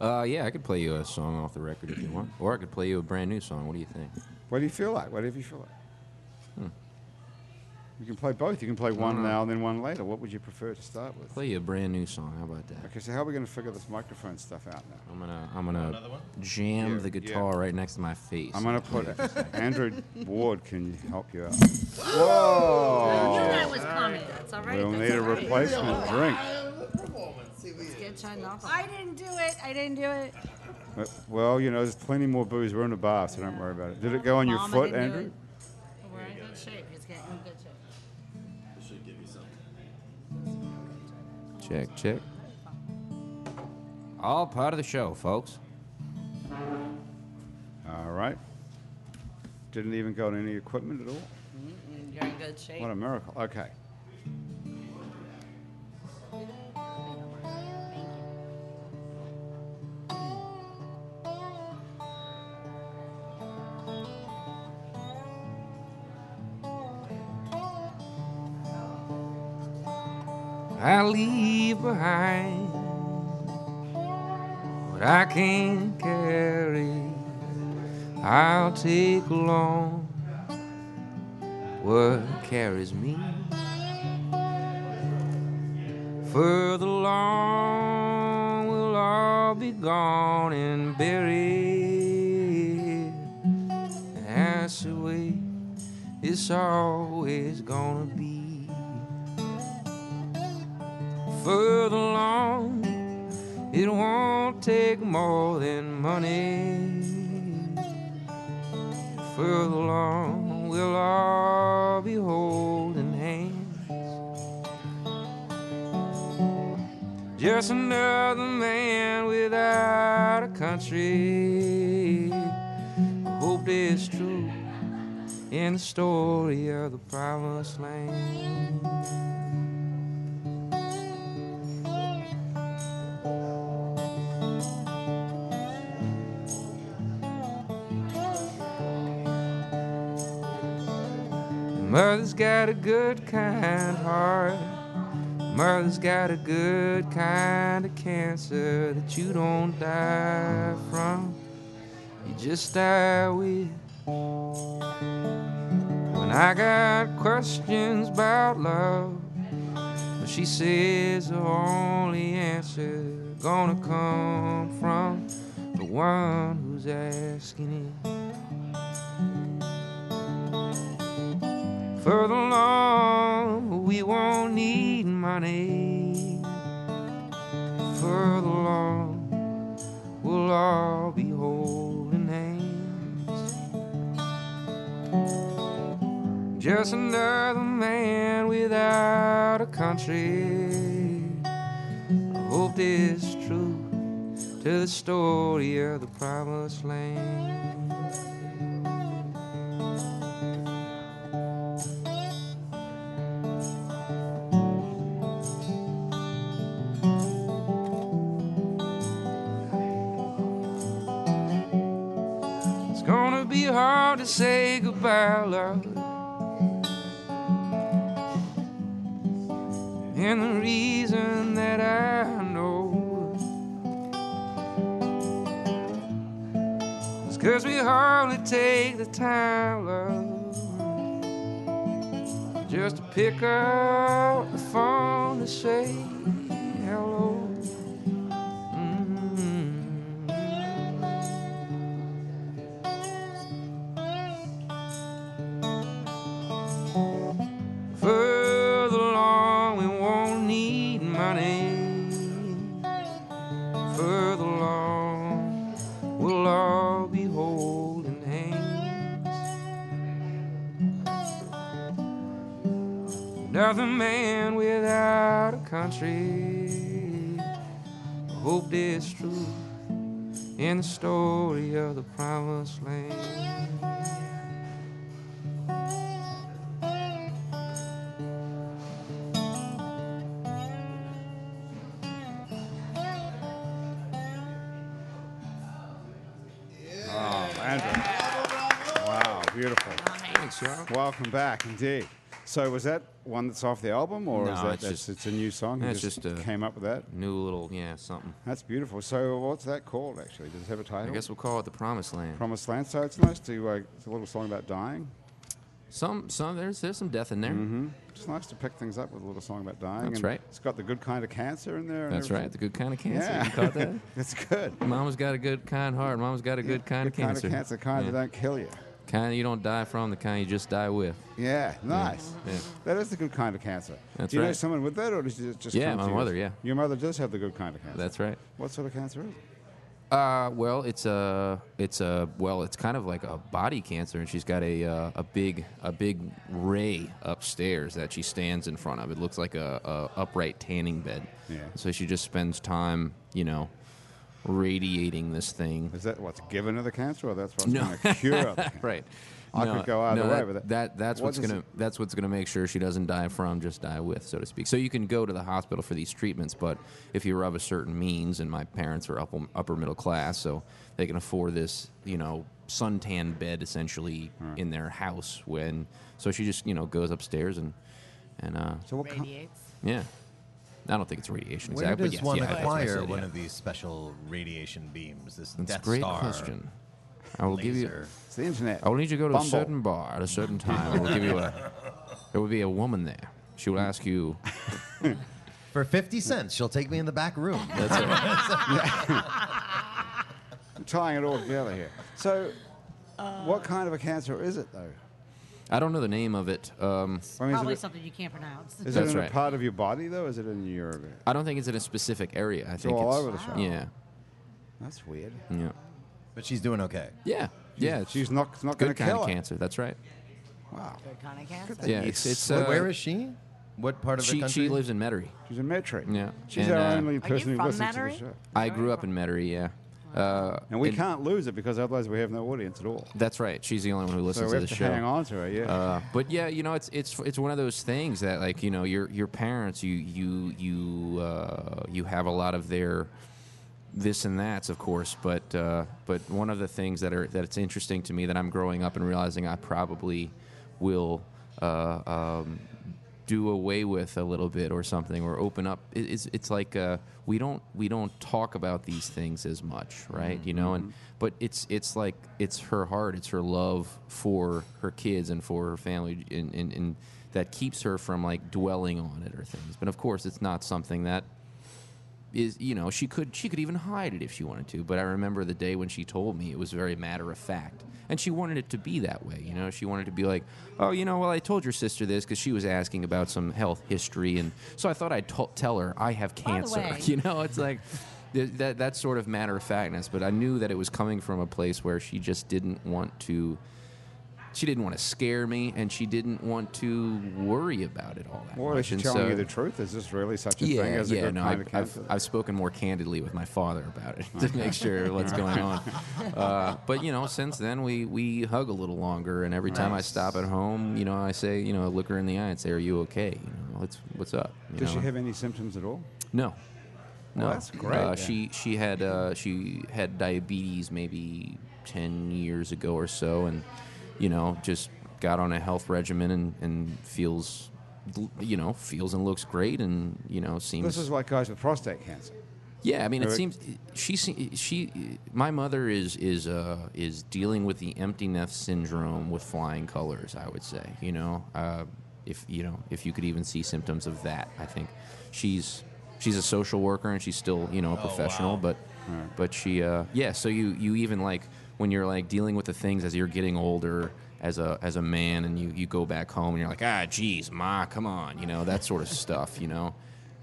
Uh, yeah, I could play you a song off the record if you want, or I could play you a brand new song. What do you think? what do you feel like? Whatever you feel like. You can play both. You can play one now and then one later. What would you prefer to start with? Play you a brand new song. How about that? Okay, so how are we going to figure this microphone stuff out now? I'm gonna I'm gonna jam Yeah, the yeah. guitar right next to my face. I'm going to put Andrew Ward can help you out. I knew Whoa! that was coming. That's all right. We'll that's need a all right. replacement drink. Get signed off on. I didn't do it. I didn't do it. Uh, Well, you know, there's plenty more booze. We're in a bar, so don't worry about it. Did it go on your Mom, I foot, didn't do Andrew? We're in good shape. It's getting in good shape. Check, check. All part of the show, folks. All right. Didn't even go on any equipment at all. You're in good shape. What a miracle. Okay. I leave behind what I can't carry. I'll take along what carries me further along. We'll all be gone and buried. That's the way it's always gonna be further along. It won't take more than money. Further along, we'll all be holding hands. Just another man without a country. I hope it's true in the story of the promised land. Mother's got a good kind heart. Mother's got a good kind of cancer that you don't die from. You just die with. When I got questions about love, but she says the only answer gonna come from the one who's asking it. Further along, we won't need money. Further along, we'll all be holding hands. Just another man without a country. I hope this is true to the story of the promised land. be hard to say goodbye, love. And the reason that I know is cause we hardly take the time, love, just to pick up the phone to say hello. Mm. Further along, we won't need money. Further along, we'll all be holding hands. Another man without a country. I hope it's true in the story of the promised land. Andrew. Wow, beautiful. Thanks, y'all. Welcome back, indeed. So was that one that's off the album, or is No, that it's that's, just- it's a new song? You that's just a- came up with that. New little, yeah, something. That's beautiful. So what's that called? Actually, does it have a title? I guess we'll call it the Promised Land. Promised Land. So it's nice to. Uh, it's a little song about dying. Some, some. There's, there's some death in there. Mm-hmm. It's nice to pick things up with a little song about dying. That's and right. It's got the good kind of cancer in there. and That's right. everything. The good kind of cancer. Yeah. You caught that? It's good. Mama's got a good kind heart. Mama's got a good kind of kind cancer. of cancer, kind yeah. that don't kill you. Kind you don't die from. The kind you just die with. Yeah, nice. Yeah. That is the good kind of cancer. That's Do you know right. someone with that, or does it just Yeah, come to my you? mother, yeah. Your mother does have the good kind of cancer. That's right. What sort of cancer is it? Uh, well, it's a, it's a, well, it's kind of like a body cancer, and she's got a, uh, a big, a big ray upstairs that she stands in front of. It looks like a, a upright tanning bed. Yeah. So she just spends time, you know, radiating this thing. Is that what's given to the cancer, or that's what's No. going to cure the cancer? Right. I could go either way no, that, with it. That that's What what's does gonna it- that's what's gonna make sure she doesn't die from, just die with, so to speak. So you can go to the hospital for these treatments, but if you're of a certain means, and my parents are upper, upper middle class, so they can afford this, you know, suntan bed essentially Hmm. in their house. When so she just you know goes upstairs and and uh, So what kind? Radiates. yeah. I don't think it's radiation Where exactly. does but yes, one yeah, that's what I acquire said, one yeah. of these special radiation beams? This That's a Death great Star question. I will give you. laser? It's the internet. I will need you to go to Bumble. a certain bar at a certain time. I will give you a. There will be a woman there. She will ask you. For 50 cents, she'll take me in the back room. That's I'm tying it all together here. So, what kind of a cancer is it, though? I don't know the name of it. Um, I mean, Probably is it, something you can't pronounce. is it That's in a right. part of your body, though? Is it in your? I don't think it's in a specific area. I think all it's over the shop. Yeah, That's weird. yeah, but she's doing okay. yeah, yeah. It's She's not. It's not going good to kind kill of her. cancer. That's right. Wow. Good kind of cancer. Yeah, it's, it's uh, Wh- Where is she? What part of the she? country? She lives in Metairie. She's a Metairie. Yeah. She's And, our uh, only Are person you who from listens Metairie? to the show. I grew up in Metairie. Yeah, uh, And we it- can't lose it because otherwise we have no audience at all. That's right. She's the only one who So listens we to have the to show. hang on to her, yeah. Uh, but yeah, you know, it's it's it's one of those things that like you know your your parents you you you uh, you have a lot of their this and that's of course, but uh, but one of the things that are that's interesting to me that I'm growing up and realizing I probably will. Uh, um, do away with a little bit or something or open up It- it's, it's like uh, we don't we don't talk about these things as much right you know and but it's it's like it's her heart it's her love for her kids and for her family and, and, and that keeps her from like dwelling on it or things but of course it's not something that is you know she could she could even hide it if she wanted to but i remember the day when she told me it was very matter of fact and she wanted it to be that way you know she wanted to be like oh you know well i told your sister this because she was asking about some health history and so i thought i'd t- tell her i have cancer way- you know it's like th- that, that sort of matter of factness but i knew that it was coming from a place where she just didn't want to she didn't want to scare me and she didn't want to worry about it all that Or is much she and telling you so- the truth? Is this really such a thing as a good no, kind I've, of cancer? I've, I've spoken more candidly with my father about it to make sure what's going on. Uh, but you know, since then we we hug a little longer, and every time I stop at home, you know, I say, you know, I look her in the eye and say, "Are you okay? You know, what's what's up?" You Does know? she have any symptoms at all? no? No, that's great, Uh, man. she she had uh, she had diabetes maybe ten years ago or so, and you know just got on a health regimen and, and feels you know feels and looks great and you know seems This is like guys with prostate cancer. yeah, I mean, it Eric? seems she se- she my mother is is uh is dealing with the emptiness syndrome with flying colors. I would say, you know, uh, if you know if you could even see symptoms of that, I think she's she's a social worker and she's still you know a professional, but but she uh yeah. So you you even like when you're like dealing with the things as you're getting older. As a, as a man, and you, you go back home and you're like, ah, geez, ma, come on, you know, that sort of stuff, you know?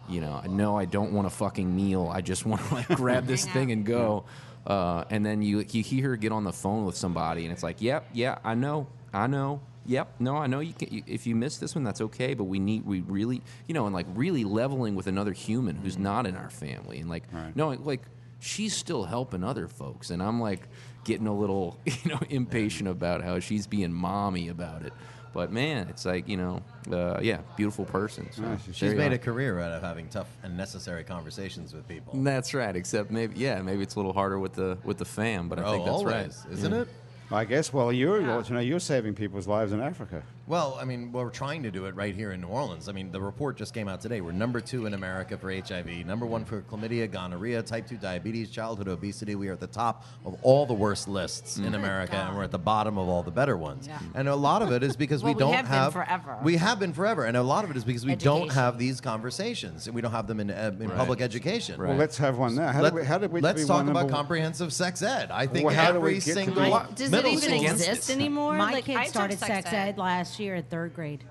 you know, no, I don't want a fucking meal. I just want to like grab this thing and go. Uh, and then you you hear her get on the phone with somebody, and it's like, yep, yeah, I know, I know, yep, no, I know. You, can, you if you miss this one, that's okay. But we need we really, you know, and like really leveling with another human who's Mm-hmm. not in our family, and like knowing like she's still helping other folks, and I'm like getting a little you know impatient about how she's being mommy about it. But man, it's like you know, uh, yeah, beautiful person. So there She's you made are. a career out of having tough and necessary conversations with people. That's right. Except maybe, yeah, maybe it's a little harder with the with the fam, but I oh, think that's always, right. isn't Yeah. it? I guess. Well, you're you know you're saving people's lives in Africa. Well, I mean, we're trying to do it right here in New Orleans. I mean, the report just came out today. We're number two in America for HIV, number one for chlamydia, gonorrhea, type 2 diabetes, childhood obesity. We are at the top of all the worst lists in America, and we're at the bottom of all the better ones. Mm-hmm. Yeah. And a lot of it is because we Well, we don't have been have. forever. We have been forever. And a lot of it is because we don't Education. have these conversations, and we don't have them in, uh, in public education. Well, Right. let's have one now. How Let, did we? How did we let's be talk one about number one? comprehensive sex ed. I think Well, how do every we get to single be- I, What? does it middle even school- against exist it. anymore? My Like, kids I took started sex ed. last year in third grade.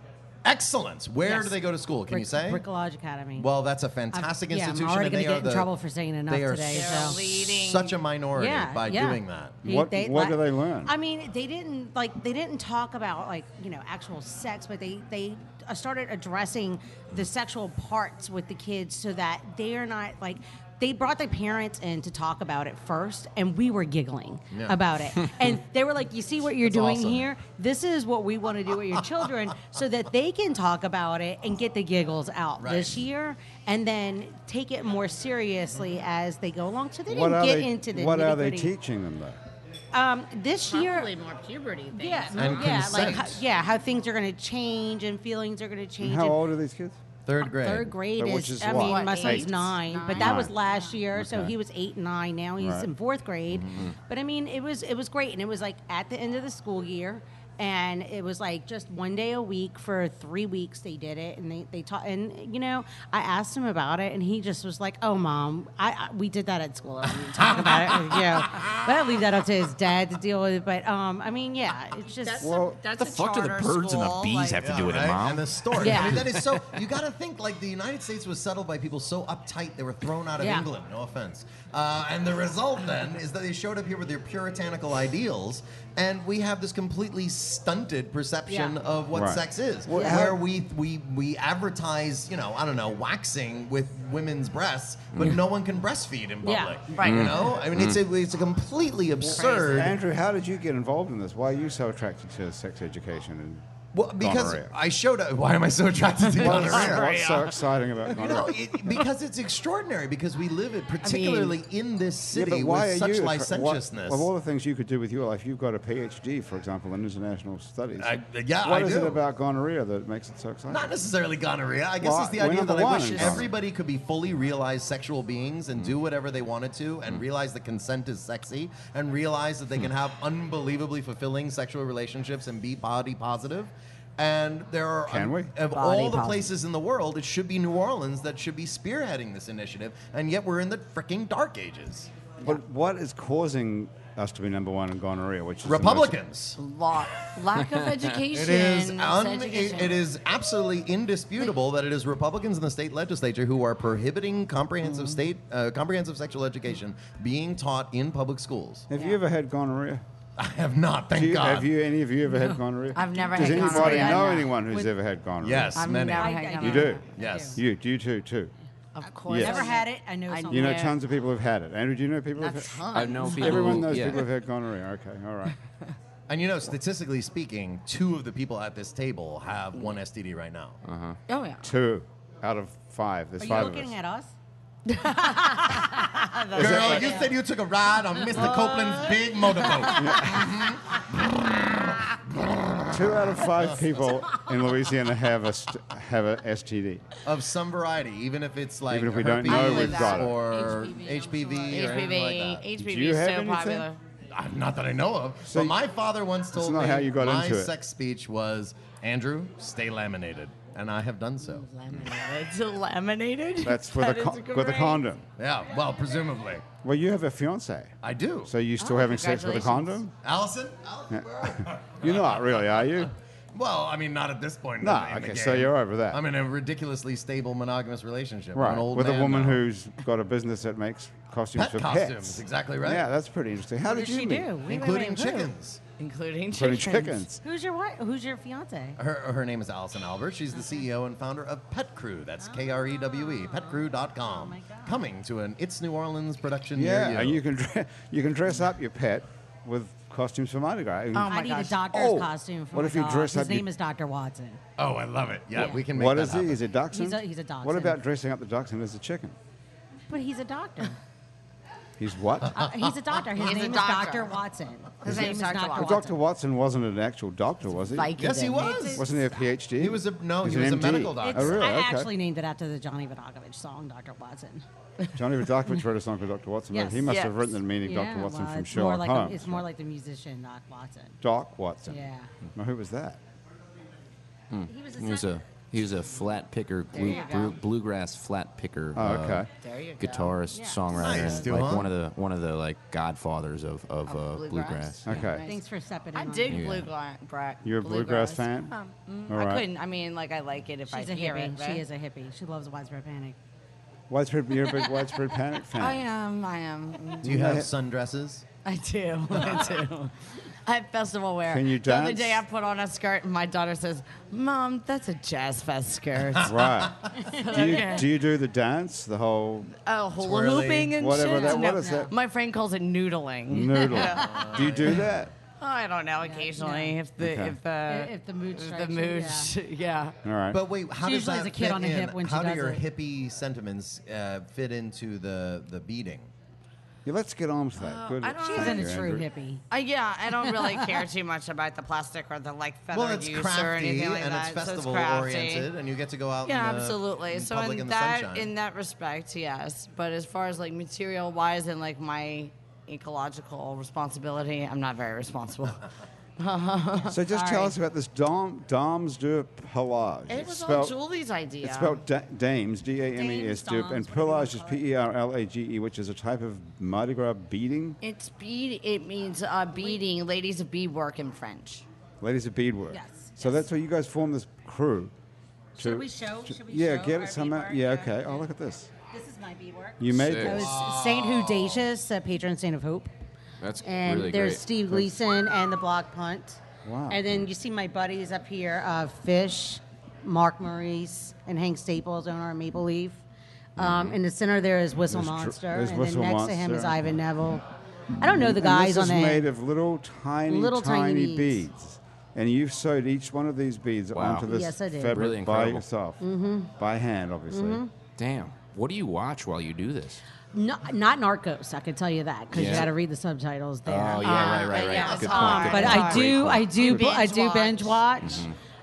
Excellence. Where Yes. do they go to school? Can you Brick- say? Brickology Academy. Well, that's a fantastic I'm- yeah, I'm institution. already and gonna they get are in the- trouble for saying enough they are today, They're so. leading. Such a minority yeah, by yeah. doing that. He- What- what like- do they learn? I mean, they didn't like they didn't talk about like you know actual sex, but they they uh, started addressing the sexual parts with the kids so that they are not like. They brought their parents in to talk about it first, and we were giggling Yeah. about it. And they were like, "You see what you're That's doing awesome. here? This is what we want to do with your children, so that they can talk about it and get the giggles out Right. this year, and then take it more seriously as they go along." So they What didn't are get they? into the what are they nitty-gritty. teaching them though? Um, this year, Probably more puberty things. yeah, huh? And yeah, like how, consent. yeah, how things are going to change and feelings are going to change. How and old are these kids? Third grade. Third grade But is, which is I what? mean, my Eight? son's nine, but that Nine. was last year, so Okay. he was eight, nine. Now he's Right. in fourth grade. Mm-hmm. But I mean, it was it was great, and it was like at the end of the school year, and it was like just one day a week for three weeks. They did it, and they they taught, and you know, I asked him about it, and he just was like, "Oh, mom, I, I we did that at school. I don't need to talk about it, yeah." But I leave that up to his dad to deal with. But um, I mean, yeah, it's just That's Well, a, that's the a fuck do the charter birds and the school, bees like- have to Yeah, do it, right? Mom. And the story. Yeah. I mean, that is so. You got to think like the United States was settled by people so uptight they were thrown out of Yeah. England. No offense. Uh, and the result then is that they showed up here with their puritanical ideals, and we have this completely stunted perception Yeah. of what Right. sex is, Well, where how- we we we advertise, you know, I don't know, waxing with women's breasts, but no one can breastfeed in Yeah. public. Right. You know, I mean, it's a it's a completely absurd. Andrew, how did you get involved in this? Why are you so attracted to sex education? And Well, because Gonorrhea. I showed up. Why am I so attracted to what's, gonorrhea? what's so exciting about You know, gonorrhea? it, because it's extraordinary. Because we live it, particularly in this Yeah, city, but why with are such you? attra- what- licentiousness. of all the things you could do with your life, you've got a PhD, for example, in international studies. I- yeah, What I is do. it about gonorrhea that makes it so exciting? not necessarily gonorrhea. I guess Well, it's the we're idea number that I one wish in gonorrhea. everybody could be fully realized sexual beings and do Mm. whatever they wanted to, and realize that consent is sexy, and realize that they Mm. can have unbelievably fulfilling sexual relationships and be body positive. And there are Can we? of Body all the positive. places in the world, it should be New Orleans that should be spearheading this initiative, and yet we're in the freaking dark ages. But what is causing us to be number one in gonorrhea? Which is the most- Republicans. Law, lack of education. It is It's un- it, education. it is absolutely indisputable that it is Republicans in the state legislature who are prohibiting comprehensive Mm-hmm. state uh, comprehensive sexual education being taught in public schools. Have you ever had gonorrhea? I have not, thank Do you, God. have you any of you ever had gonorrhea? I've never Does had anybody gonorrhea, know no. anyone who's ever had gonorrhea? Yes, I've many. never I- I had do. You gonorrhea. do. Yes. You do too too. Of course. Yes. I never do. had it. I know I someone. You know Yeah. tons of people have had it. Andrew, do you know people A who've had ton. I know people. Everyone knows yeah. people have had gonorrhea. Okay, all right. And you know, statistically speaking, two of the people at this table have one STD right now. Uh-huh. Oh yeah. Two out of five. There's Are you five of looking us. at us? Girl, you said you took a ride on Mr. Copeland's big motorboat. Two out of five people in Louisiana have a st- have a STD. of some variety, even if it's like Even if we don't herpes know we've got it. or HPV, HPV, or anything like HPV. that. HPV Do you is have so anything? popular. Uh, Not that I know of. So but you- my father once told not me how you got my into it. sex speech was, Andrew, stay laminated. And I have done so. Laminated. Laminated. That's with a That con- is with a great. condom. Yeah, well, presumably. Well, you have a fiance, I do. so you Ah, still having sex with a congratulations. condom? Allison? Allison where are you? You're not really, are you? Well, I mean, not at this point. in Nah, the- in the okay, so game. you're over that. I'm in a ridiculously stable monogamous relationship. I'm Right, an old with a man woman now. who's got a business that makes costumes Pet for costumes, pets. exactly right. Yeah, that's pretty interesting. How What did does you she meet? do? Wait, wait, including wait, who? chickens. Including Pretty chickens. chickens. Who's your wife? Who's your fiance? Her, her name is Allison Albert. She's the CEO and founder of Pet Crew. That's K R E W E, Oh, petcrew.com. my God. Coming to an It's New Orleans production Yeah, near and you. you can dre- you can dress up your pet with costumes for Mardi Gras. Oh, I my need gosh. a doctor's Oh, costume for what my if you dog. dress His up your- name is Dr. Watson. oh, I love it. Yeah, Yeah. we can make What that is he? happen. Is he dachshund? He's a- he's a What dachshund. about dressing up the dachshund as a chicken? But he's a doctor. He's what? Uh, he's a doctor. His He's a name doctor. is Dr. Watson. His name is Dr. Well, Dr. Watson wasn't an actual doctor, was he? Viking. Yes, he It's- was. Wasn't he a PhD? He was a- no, He's he was an a MD. medical doctor. It's- Oh, really? I okay. actually named it after the Johnny Vodakovich song, Dr. Watson. Johnny Vodakovich wrote a song for Dr. Watson. but Yes. He must Yes. have written the meaning Yeah, Dr. Watson well, from it's more Sherlock like Holmes. The, it's more like the musician, Doc Watson. Doc Watson. Yeah. Now, who was that? He was a, He was a he was a flat picker, blue, you blue, bluegrass flat picker. Oh, uh, okay. There you go. guitarist, Yeah. songwriter, Nice, and, Duhan. like one of the one of the like godfathers of of, uh, bluegrass. bluegrass. Okay. Thanks for stepping in. I on dig me. Yeah. bluegrass. Bra- You're a bluegrass fan? Um, mm, All I right. couldn't. I mean, like I like it if She's I a hear hippie. it. Right? She is a hippie. She loves widespread panic. Widespread, you're a big widespread panic fan. I am. I am. Mm, Do you have sundresses? I do. I do. I have festival wear. Can you The other dance? day I put on a skirt and my daughter says, "Mom, that's a jazz fest skirt." Right. do, you, Okay. do you do the dance, the whole oh, hula Twirly. hooping and Whatever shit. that- what is that? My friend calls it Mm. noodling. noodle? do you do that? Oh, I don't know. Occasionally, if the Okay. if the If the mood if Uh, the strikes you, yeah. mood, sh- yeah. All right. But wait, how She does usually that has a kid fit on a hip in? when she How do does your it. hippie sentiments uh, fit into the the beating? yeah, let's get on with that. Good. I don't- She's Thank in you, a true Andrew. hippie. Uh, yeah, I don't really care too much about the plastic or the like feather Well, it's use crafty or anything like and that. it's festival so it's crafty. oriented, and you get to go out. Yeah, in the, absolutely. In so public in, in the that sunshine. in that respect, yes. But as far as like material wise and like my ecological responsibility, I'm not very responsible. So just tell us about this Dom, Dom's du Pelage. it It's was all spelled- Julie's idea. It's spelled da- Dames, D A M E S, Dames, du, Doms, and whatever you wanna Perlage is call it. P E R L A G E, which is a type of Mardi Gras beading. It's bead. It means uh, beading. Ladies of bead work in French. Ladies of beadwork. Yes, So that's why you guys formed this crew. to- Should we show? Should we yeah, show get our some. beadwork? Yeah, okay. Oh, look at this. This is my bee work. You made Sick. That this. was Saint Hudatius, a patron saint of hope. That's And really there's great. Steve Gleason and the block punt. Wow. And then you see my buddies up here, uh, Fish, Mark Maurice, and Hank Staples, owner of Maple Leaf. Um, in the center there is Whistle Mm-hmm. There's Dr- Monster, there's and Whistle then next to him is Monster. Ivan Neville. I don't know the And guys this on is the made of little tiny, Little tiny tiny, beads. beads. And you've sewed each one of these beads Wow. onto this Yes, I did. Mm-hmm. fabric Really by incredible. yourself, by hand, obviously. Damn. What do you watch while you do this? no, not Narcos. I can tell you that because you Yeah. got to read the subtitles there. Oh yeah, right, right, right. yeah, it's good hard. point. but good I point. do, Great I point. do, Binge I do watch. binge watch.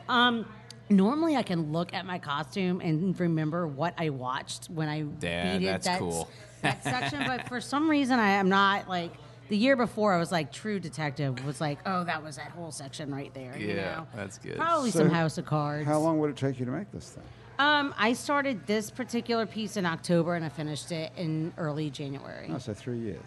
Um, normally, I can look at my costume and remember what I watched when I Damn, beaded that's that, cool. that section. But for some reason, I am not like the year before. I was like True Detective was like, oh, that was that whole section right there. you Yeah, know? that's good. Probably So some House of Cards. How long would it take you to make this thing? Um, I started this particular piece in October and I finished it in early January. Oh, so three years,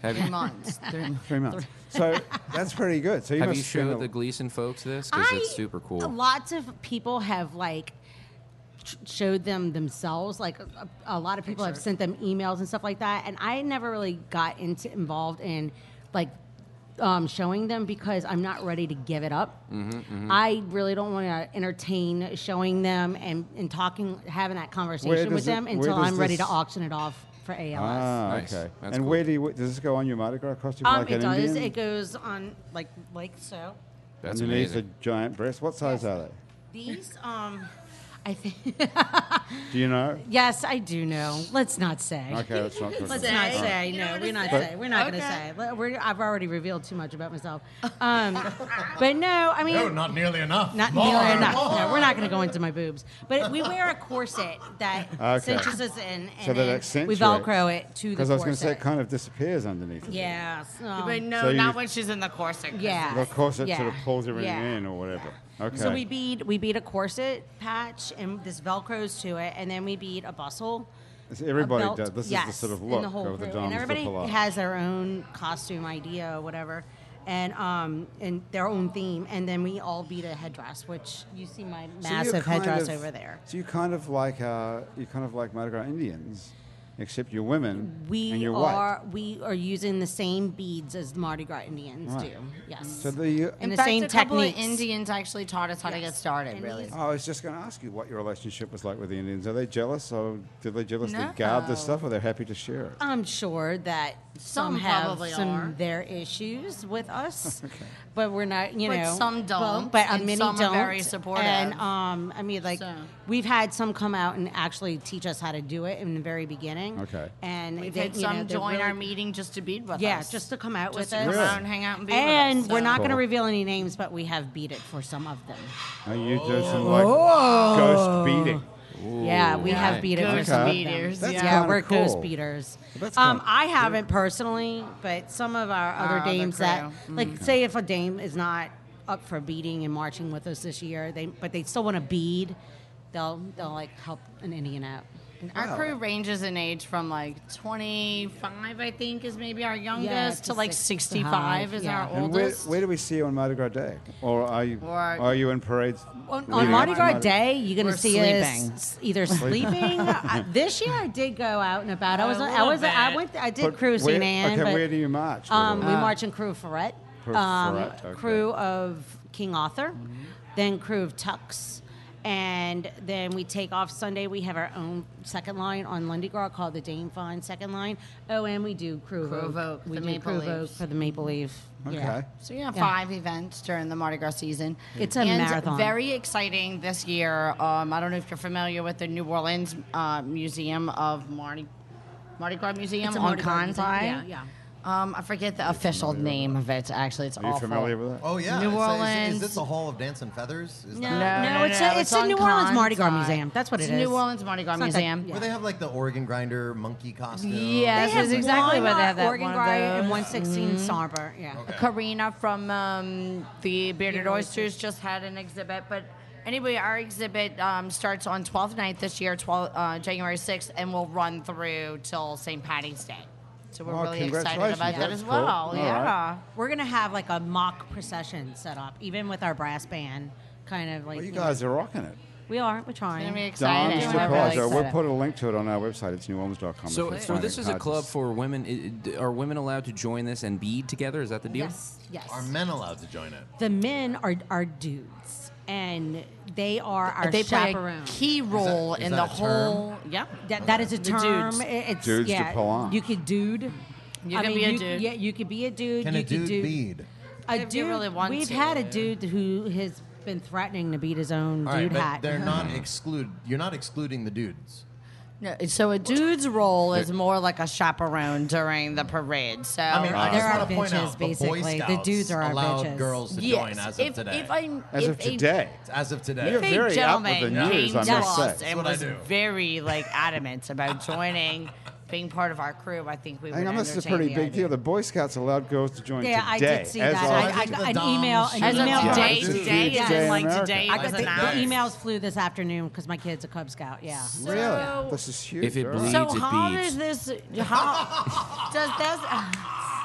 Have Three you, months. Three months. three months. so that's pretty good. So you have must you spend showed a- the Gleason folks this? Because it's super cool. Lots of people have like sh- showed them themselves. Like a, a lot of people have sent them emails and stuff like that. And I never really got into involved in like um, showing them because I'm not ready to give it up. Mm-hmm, I really don't want to entertain showing them and, and talking, having that conversation does with it- them where until does I'm ready to this- auction it off for ALS. Ah, Nice. okay. That's and cool. where do you, does this go on your Mardi Gras costume? um, Ah, like it an does. Indian? It goes on like like so. That's Underneath amazing. the giant breast. What size are they? These, um, I think. Do you know? yes, I do know. Let's not say. Okay, that's not good. Let's enough. not All right. say. You don't No, wanna we're not say. say. We're not Okay. going to say. We're, I've already revealed too much about myself. Um, but no, I mean. No, not nearly enough. Not More, nearly enough. more. No, we're not going to go into my boobs. But we wear a corset that Okay. cinches us in, and So that then we accentuates. velcro it to the corset. Because I was going to say it kind of disappears underneath. it. Yeah. so- But no, So you- not when she's in the corset. 'cause Yeah. The corset Yeah. sort of pulls everything Yeah. in or whatever. Okay. So we bead we bead a corset patch and this velcros to it, and then we bead a bustle. It's- a Everybody belt. does. This Yes, is the sort of and look the whole of the crew. Dom's and everybody the Pilates. has their own costume idea or whatever, and um and their own theme, and then we all bead a headdress, which you see my So you're massive kind headdress of- over there. So you kind of like uh, you kind of like Mardi Gras Indians, except you're women and We you're are white. we are using the same beads as Mardi Gras Indians Right. do. Yes. So the uh, you, and the In fact, same a couple techniques. Of Indians actually taught us how to get started. And really. these- I was just going to ask you what your relationship was like with the Indians. Are they jealous, or do they jealously guard this No. stuff, or they're happy to share it? I'm sure that some, Some have probably some are. their issues with us, but we're not, you But know. some well, don't, but uh, and many some are don't. very supportive. And um, I mean, like So. we've had some come out and actually teach us how to do it in the very beginning. Okay. and We've they, had you know, some they're join our really- meeting just to beat with Yeah, us. just to come out Just with to come us. out and hang out and be and with us. we're not going to Cool. reveal any names, but we have beat it for some of them. Are you Oh. do some like Oh. ghost beating? yeah, we have right. beat it for Ghost some of them. beaters, That's yeah, kinda we're cool. ghost beaters. That's Um, kinda- I haven't personally, but some of our Our other other dames crew. that, like, say if a dame is not up for beading and marching with us this year, they but they still want to bead, they'll they'll like help an Indian out. Our crew ranges in age from like 25, I think, is maybe our youngest, to, to like 65, 65 is yeah. our And where, oldest. where do we see you on Mardi Gras Day, or are you Or- are you in parades? On, leading on up Mardi to Gras Day, you're We're gonna see sleeping. us s- either sleeping. I, this year, I did go out and about. I was A I was little I bit. went I did But crew where- St. Anne. Okay, but- where do you march? with Um, it? we march in crew Ferret, Ah. Crew um, Ferret, okay. Mm-hmm. crew of King Arthur, then crew of Tux, and then we take off Sunday. We have our own second line on Lundygar called the Dame Fine Second Line. Oh, and we do crew, Crew of Oak, We the do Maple crew of Oak Leafs. for the Maple Leaf. Mm-hmm. okay. Yeah. so yeah, Yeah. five events during the Mardi Gras season. It's a and marathon. Very exciting this year. Um, I don't know if you're familiar with the New Orleans uh, Museum of Mardi Mardi Gras Museum It's a on Mardi Gras Kansai. museum. Yeah, yeah. Um, I forget the official name of it. Actually, it's Are you awful. familiar with that? Oh yeah. It's a- New is- Is, Orleans. this a hall of dance and feathers? Is No, no, No, no, it's no, a, it's it's a on New Orleans Mardi Gras Kansai. Museum. That's what It's it a is. New Orleans Mardi Gras It's not that- Museum. yeah. Where they have like the organ grinder monkey costume. Yes, They have that's exactly one where they on have that Oregon one of Grove and those. Mm-hmm. 116 Sarber. Yeah. Karina from um, the Bearded Bearded Oysters. Oysters. just had an exhibit, but anyway, our exhibit um, starts on 12th night this year, 12, uh, January 6th, and will run through till St. Patty's Day. So we're Oh, really excited congratulations. about that That's as cool. well. All right. yeah. We're gonna have like a mock procession set up, even with our brass band, kind of Well, like. you you know, guys are rocking it. we are. We're It's trying. gonna be Dom's exciting. the We're really Plaza. excited. We'll put a link to it on our website. It's neworleans.com. So, if you so find this it is a hard to club s- for women. I- I- Are women allowed to join this and bead together? Is that the deal? Yes. Yes. Are men allowed to join it? the men are are dudes, and they are our they play a chaperones. key role is in that the a term? whole. Yeah. that, that is a The term. dudes. It- It's Dudes to yeah, pull on. You could dude. You I can mean, be a you- dude. Yeah, you could be a dude. Can you a dude could do, bead? A If dude. you really want we've to, had a yeah. dude who has been threatening to beat his own All dude right, but hat. Uh-huh. they're not exclude. You're not excluding the dudes. No, so a dude's role is more like a chaperone during the parade. So I mean, I They're just our want to point bitches, out the Boy basically. The Scouts dudes are our allowed bitches. girls to yes, join as of if, today. if I'm As if of a- today. as of today. You're If very a gentleman up with the Yeah. news, came I to must us say. and what I was do. very like adamant about joining, being part of our crew, I think we I would think entertain this is a pretty the big idea. deal. The Boy Scouts allowed girls to join yeah, I today. did see as that. of- I, I today. got The an Dom email. An should- As of email Yeah, today, this is today huge is day in like America. today I was got That's the, announced. the nice. emails flew this afternoon because my kid's a Cub Scout. Yeah. really? So- this is huge. If it all right. bleeds, So it how beads. does this? How, does this?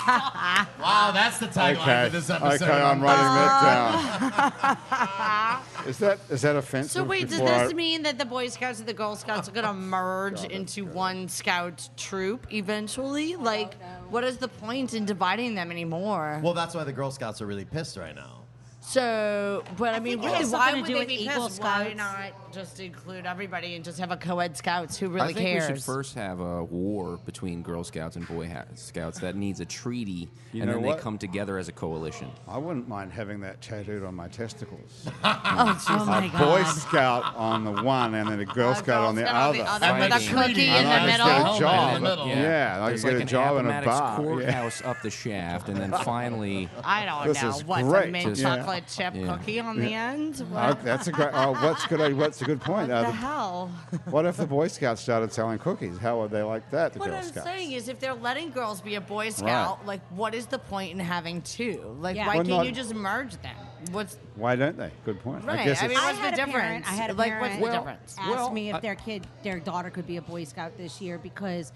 Wow, that's the tagline Okay. for this episode. Okay, I'm writing that down. is that is that offensive? Uh, So wait, does before I- this mean that the Boy Scouts and the Girl Scouts are going to merge into one Scout troop eventually? Like, what is the point in dividing them anymore? Well, that's why the Girl Scouts are really pissed right now. so, but I, mean, think it really, has why something to do would they with be Eagle pissed? Why Scouts. not? just include everybody and just have a co-ed scouts? Who I really think cares? we should first have a war between Girl Scouts and Boy Ha- Scouts that needs a treaty, You and know then what? they come together as a coalition. I wouldn't mind having that tattooed on my testicles. oh my a Boy God. Scout on the one and then a Girl Scout on the Girl Scout other. with a Fighting. cookie And in I the just middle. get a job. In the middle. Oh. Yeah, I could There's get like a an job in a Appomattox bar. Yeah. courthouse up the shaft, and then finally, I don't This know. is What's great. a mint Just- chocolate chip Yeah. cookie on the end? What Oh, that's a great. Oh, what's good? What's a good point? Uh, the the- hell? what if the Boy Scouts started selling cookies? How would they like that? The What Girl I'm Scouts. saying is, if they're letting girls be a Boy Scout, like, what is the point in having two? Like, Yeah. why Well, can't not- you just merge them? What's Why don't they? Good point. right? I I, guess mean, it's, what's I had the a difference? parent- I had a like, what's parent- the Well, difference? asked Well, me if I- their kid, their daughter, could be a Boy Scout this year because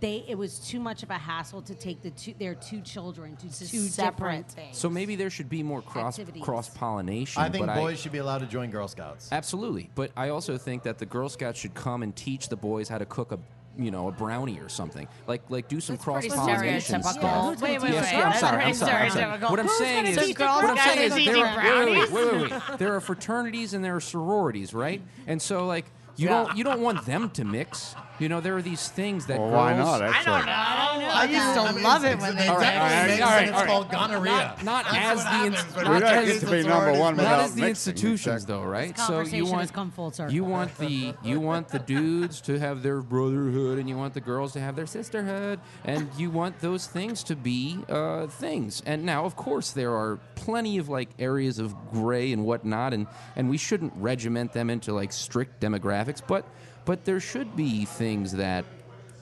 they it was too much of a hassle to take the two, their two children to two separate different things. so maybe there should be more cross Activities. cross pollination. I think but boys should be allowed to join Girl Scouts. Absolutely, but I also think that the Girl Scouts should come and teach the boys how to cook a, you know, a brownie or something. Like like do some cross pretty pollination stereotypical. stuff. Yeah, who's gonna Wait, wait, Yeah, wait. see, I'm That's sorry. I'm pretty sorry. I'm sorry. stereotypical. What I'm Who's saying gonna is, teach the Girl what I'm saying Scouts is, to there eat are, wait, wait, brownies? wait, wait, wait. there are fraternities and there are sororities, right? And so like. You Yeah. don't you don't want them to mix. You know there are these things that well, girls. why not? eh? I Actually, don't know. I don't know. I used to love it when they All did right, it. all right, All right, It's all right. called gonorrhea. Not- not That's as what the happens ins- when not We don't as- get to the be number sororities one mix. Not without as the mixing, institutions, exactly. though, right? This So you conversation want has come full circle. you want the you want the dudes to have their brotherhood, and you want the girls to have their sisterhood, and you want those things to be uh, things. And now, of course, there are plenty of like areas of gray and whatnot, and and we shouldn't regiment them into like strict demographics, but but there should be things that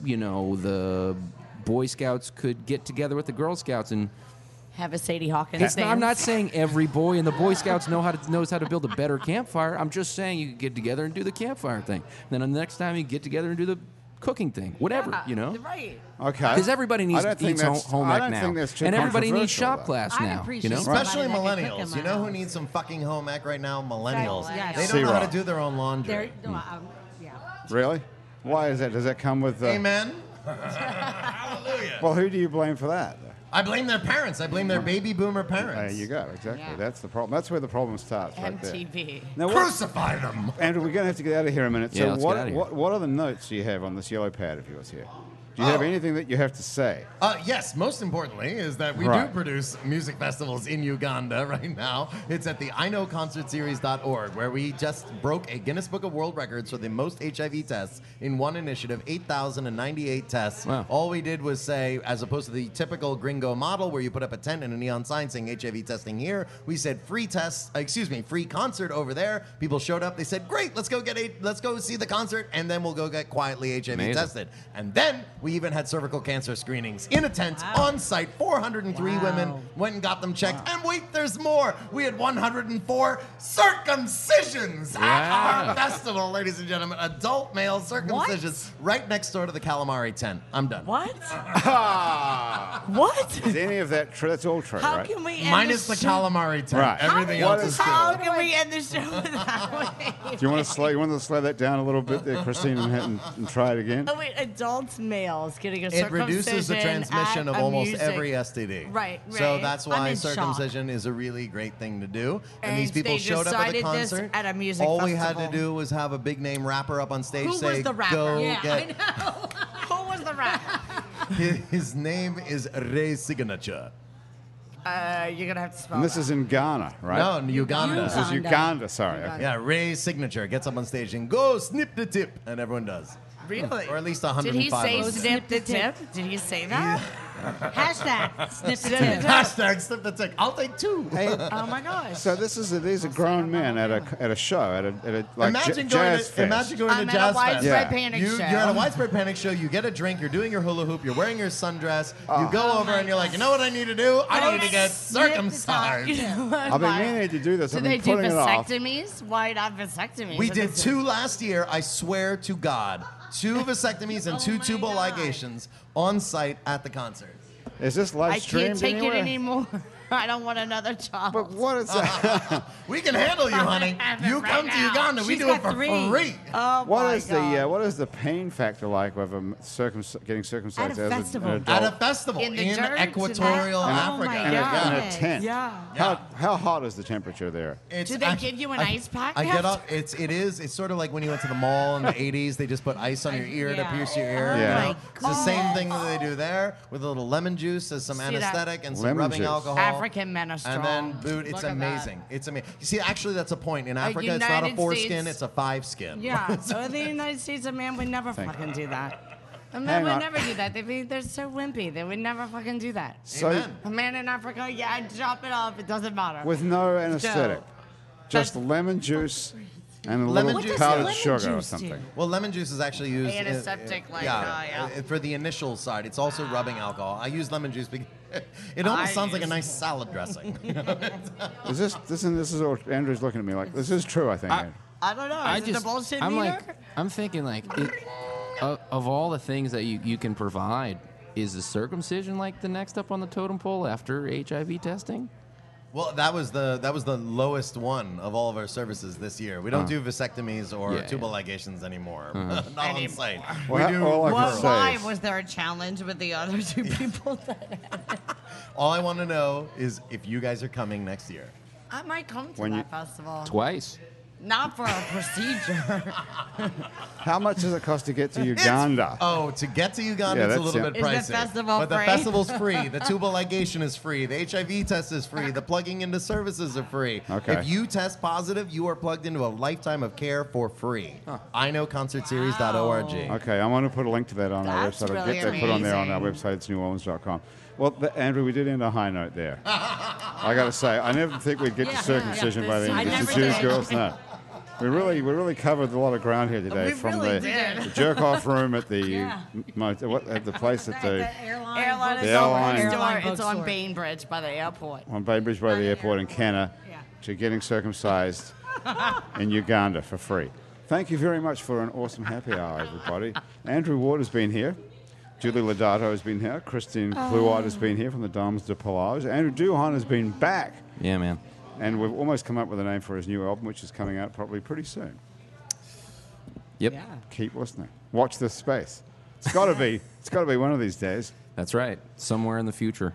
you know the Boy Scouts could get together with the Girl Scouts and. Have a Sadie Hawkins. It's not, I'm dance. not saying every boy in the Boy Scouts know how to knows how to build a better campfire. I'm just saying you could get together and do the campfire thing. Then the next time you get together and do the cooking thing, whatever you know. Right. Okay. Because everybody needs I don't to think eat home, that's- home I ec don't now, think that's too and everybody needs controversial, shop though. class I'd now. You appreciate know, somebody Especially that could cook in millennials. my You know who house. needs some fucking home ec right now? Millennials. Yes. They don't know how Zero. to do their own They're, laundry. no, um, yeah. Really? Why is that? Does that come with the? Amen. Hallelujah. Well, who do you blame for that? I blame their parents. I blame their baby boomer There parents. you go. Exactly. Yeah. That's the problem. That's where the problem starts. Right there. MTV. Now, what, Crucify them. Andrew, we're going to have to get out of here in a minute. Yeah, so, let's get what, outta here. what what are the notes you have on this yellow pad of yours here? Do you have Oh. anything that you have to say? Uh, yes, most importantly is that we Right. do produce music festivals in Uganda right now. It's at the I Know Concert Series.org, where we just broke a Guinness Book of World Records for the most HIV tests in one initiative 8,098 tests. Wow. All we did was say, as opposed to the typical gringo model where you put up a tent and a neon sign saying HIV testing here, we said free tests, uh, excuse me, free concert over there. People showed up. They said, great, let's go get a, let's go see the concert, and then we'll go get quietly HIV Amazing. tested tested. And then we even had cervical cancer screenings in a tent on site. 403 women went and got them checked. And wait, there's more. We had 104 circumcisions at Wow. our festival, ladies and gentlemen. Adult male circumcisions right next door to the calamari tent. I'm done. What? what? Is any of that true? That's all true, How right? can we end Minus the the show? calamari tent. Right. Everything What else is- is How cool. can we end the show that way? Do you want to slow you want to slow that down a little bit there, Christine, and, and, and try it again? Oh wait, adult males getting a It reduces the circumcision transmission at of a almost music- every STD. Right, So right. that's I'm why in shock. circumcision is a really great thing to do. And, And these people they showed up at the decided this concert. at a music All we had to festival. do was have a big name rapper up on stage Who was say, the rapper? "Go Yeah, get." Who was the rapper? His name is Ray Signature. uh, you're gonna have to spell. And this that. is in Ghana, right? No, in Uganda. this is Uganda. Uganda. Sorry. Okay. Yeah, Ray Signature gets up on stage and go snip the tip, and everyone does. really. Or at least Did he 105. say of them. snip the tip? Did he say that? Hashtag snip the Snip tip. the Hashtag snip the tip. I'll take two. Oh my gosh. So this is a, these are grown men at a at a show at a, at a like j- imagine, going jazz to, fest. imagine going I'm to at a jazz fest. widespread Yeah. panic you, show. You're at a widespread panic show. You get a drink. You're doing your hula hoop. You're wearing your sundress. Ah. You Oh go over and you're like, you know what I need to do? I need to get circumcised. I've been meaning to do this. Do I've they been do putting it off. vasectomies? Why not vasectomies? We If did it's- two last year. I swear to God, two vasectomies Oh and two tubal ligations on site at the concert. Is this I live can't streamed take anywhere? it anymore. I don't want another child. But what is that? We can handle you, honey. Have it You right come to now. Uganda, we She's do it got for three. free. Oh What my is God. the uh, what is the pain factor like with a m- circumc- getting circumcised as festival. an At adult? At a festival In in, the dirt and equatorial that- oh Africa. my in, God. a, in a Yeah. tent. Yeah. How, how hot is the temperature there? It's- Do they give you an ice pack I get after? up. It's it is. It's sort of like when you went to the mall in the '80s. They just put ice on your ear Yeah. to pierce your Oh ear. you Yeah. know? my It's the same thing that they do there with a little lemon juice, as some See that? anesthetic and some Lemon rubbing juice. alcohol. African men are And strong. then boot. It's Look at that. amazing. It's amazing. You see, actually, that's a point in Africa. It's not a United foreskin. States- It's a five skin. Yeah. so in the United States, a man would never fucking do that. A man Hang would on. never do that. They'd be, they're so wimpy. They would never fucking do that. So Amen. A man in Africa, yeah, drop it off. It doesn't matter. with no anesthetic, just That's- lemon juice and a Lemon little juice, powdered yeah. sugar or Lemon juice something. do. Well, lemon juice is actually used uh, Antiseptic, uh, like, uh, yeah. uh, for the initial side. It's also rubbing alcohol. I use lemon juice because it almost I sounds like a use- nice salad dressing. Is this this and this is all Andrew's looking at me like this is true? I think. Uh, I- Andrew. I don't know. Is I it just, the bullshit I'm meter? like, I'm thinking like, it, of, of all the things that you, you can provide, is the circumcision like the next up on the totem pole after HIV testing? Well, that was the that was the lowest one of all of our services this year. We don't do vasectomies or Yeah, tubal yeah. ligations anymore. Not on site. Well, we do. all I can Well, say why is- was there a challenge with the other two people? That All I want to know is if you guys are coming next year. I might come to When that you- festival. Twice. Not for a procedure. How much does it cost to get to Uganda? Oh, to get to Uganda, Yeah, it's a that's little it. bit pricey. Is the festival but free? the festival's free. The tubal ligation is free. The HIV test is free. The plugging into services are free. Okay. If you test positive, you are plugged into a lifetime of care for free. I know concertseries.org. Okay, I want to put a link to that on That's our website. I'll really get that put on there on our website. It's neworleans.com. Well, th- Andrew, we did end on a high note there. I got to say, I never think we'd get Yeah, to circumcision yeah, by the this- end I of this. The never Jews, did. girls, no. We really, we really covered a lot of ground here today. We from really the, did. the jerk-off room at the Yeah. mo- what, at the place at the airline. Airline is The airline. on next door. Airline It's on bookstore. Bainbridge by the airport. on Bainbridge by the airport in Canna Yeah. to getting circumcised in Uganda for free. Thank you very much for an awesome happy hour, everybody. Andrew Ward has been here. Julie Lodato has been here. Christine Kluart has been here from the Dames de Palage. Andrew Duhon has been back. Yeah, man. And we've almost come up with a name for his new album, which is coming out probably pretty soon. Yep. Keep listening. Watch this space. It's got to be. It's got to be one of these days. That's right. Somewhere in the future.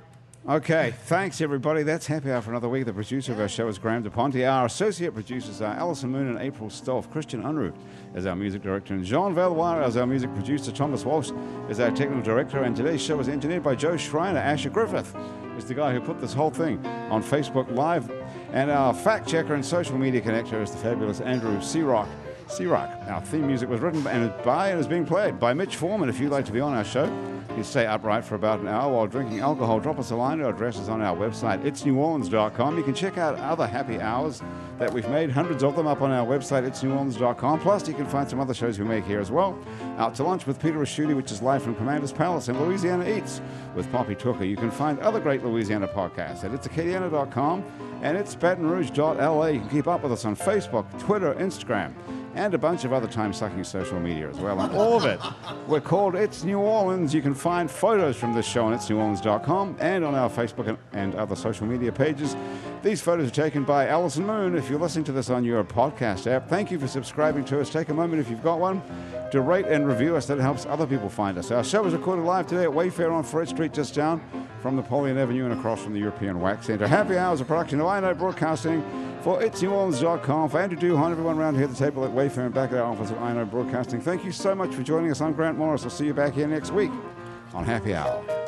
Okay, thanks everybody. That's Happy Hour for another week. The producer of our show is Graham DePonte. Our associate producers are Alison Moon and April Stolf. Christian Unruh is our music director, and Jean Valoir is our music producer. Thomas Walsh is our technical director, and today's show was engineered by Joe Schreiner. Asher Griffith is the guy who put this whole thing on Facebook Live. And our fact checker and social media connector is the fabulous Andrew Searock. Sea Rock. Our theme music was written and by and is being played by Mitch Foreman. If you'd like to be on our show, you can stay upright for about an hour while drinking alcohol. Drop us a line. Our address is on our website, itsneworleans.com. You can check out other happy hours that we've made, hundreds of them up on our website, itsneworleans.com. Plus, you can find some other shows we make here as well. Out to Lunch with Peter Raschuti, which is live from Commander's Palace, and Louisiana Eats with Poppy Tooker. You can find other great Louisiana podcasts at itsacadiana.com and it's batonrouge.la. You can keep up with us on Facebook, Twitter, Instagram, and a bunch of other time sucking social media as well. And all of it, we're called It's New Orleans. You can find photos from this show on itsneworleans.com and on our Facebook and, and other social media pages. These photos are taken by Alison Moon. If you're listening to this on your podcast app, thank you for subscribing to us. Take a moment if you've got one to rate and review us. That helps other people find us. Our show was recorded live today at Wayfair on Fred Street, just down from Napoleon Avenue and across from the European Wax Center. Happy Hours, a production of I Know Broadcasting for itsneworleans.com. For Andrew Duhon, everyone around here at the table at Wayfair and back at our office at I Know Broadcasting. Thank you so much for joining us. I'm Grant Morris. I'll see you back here next week on Happy Hour.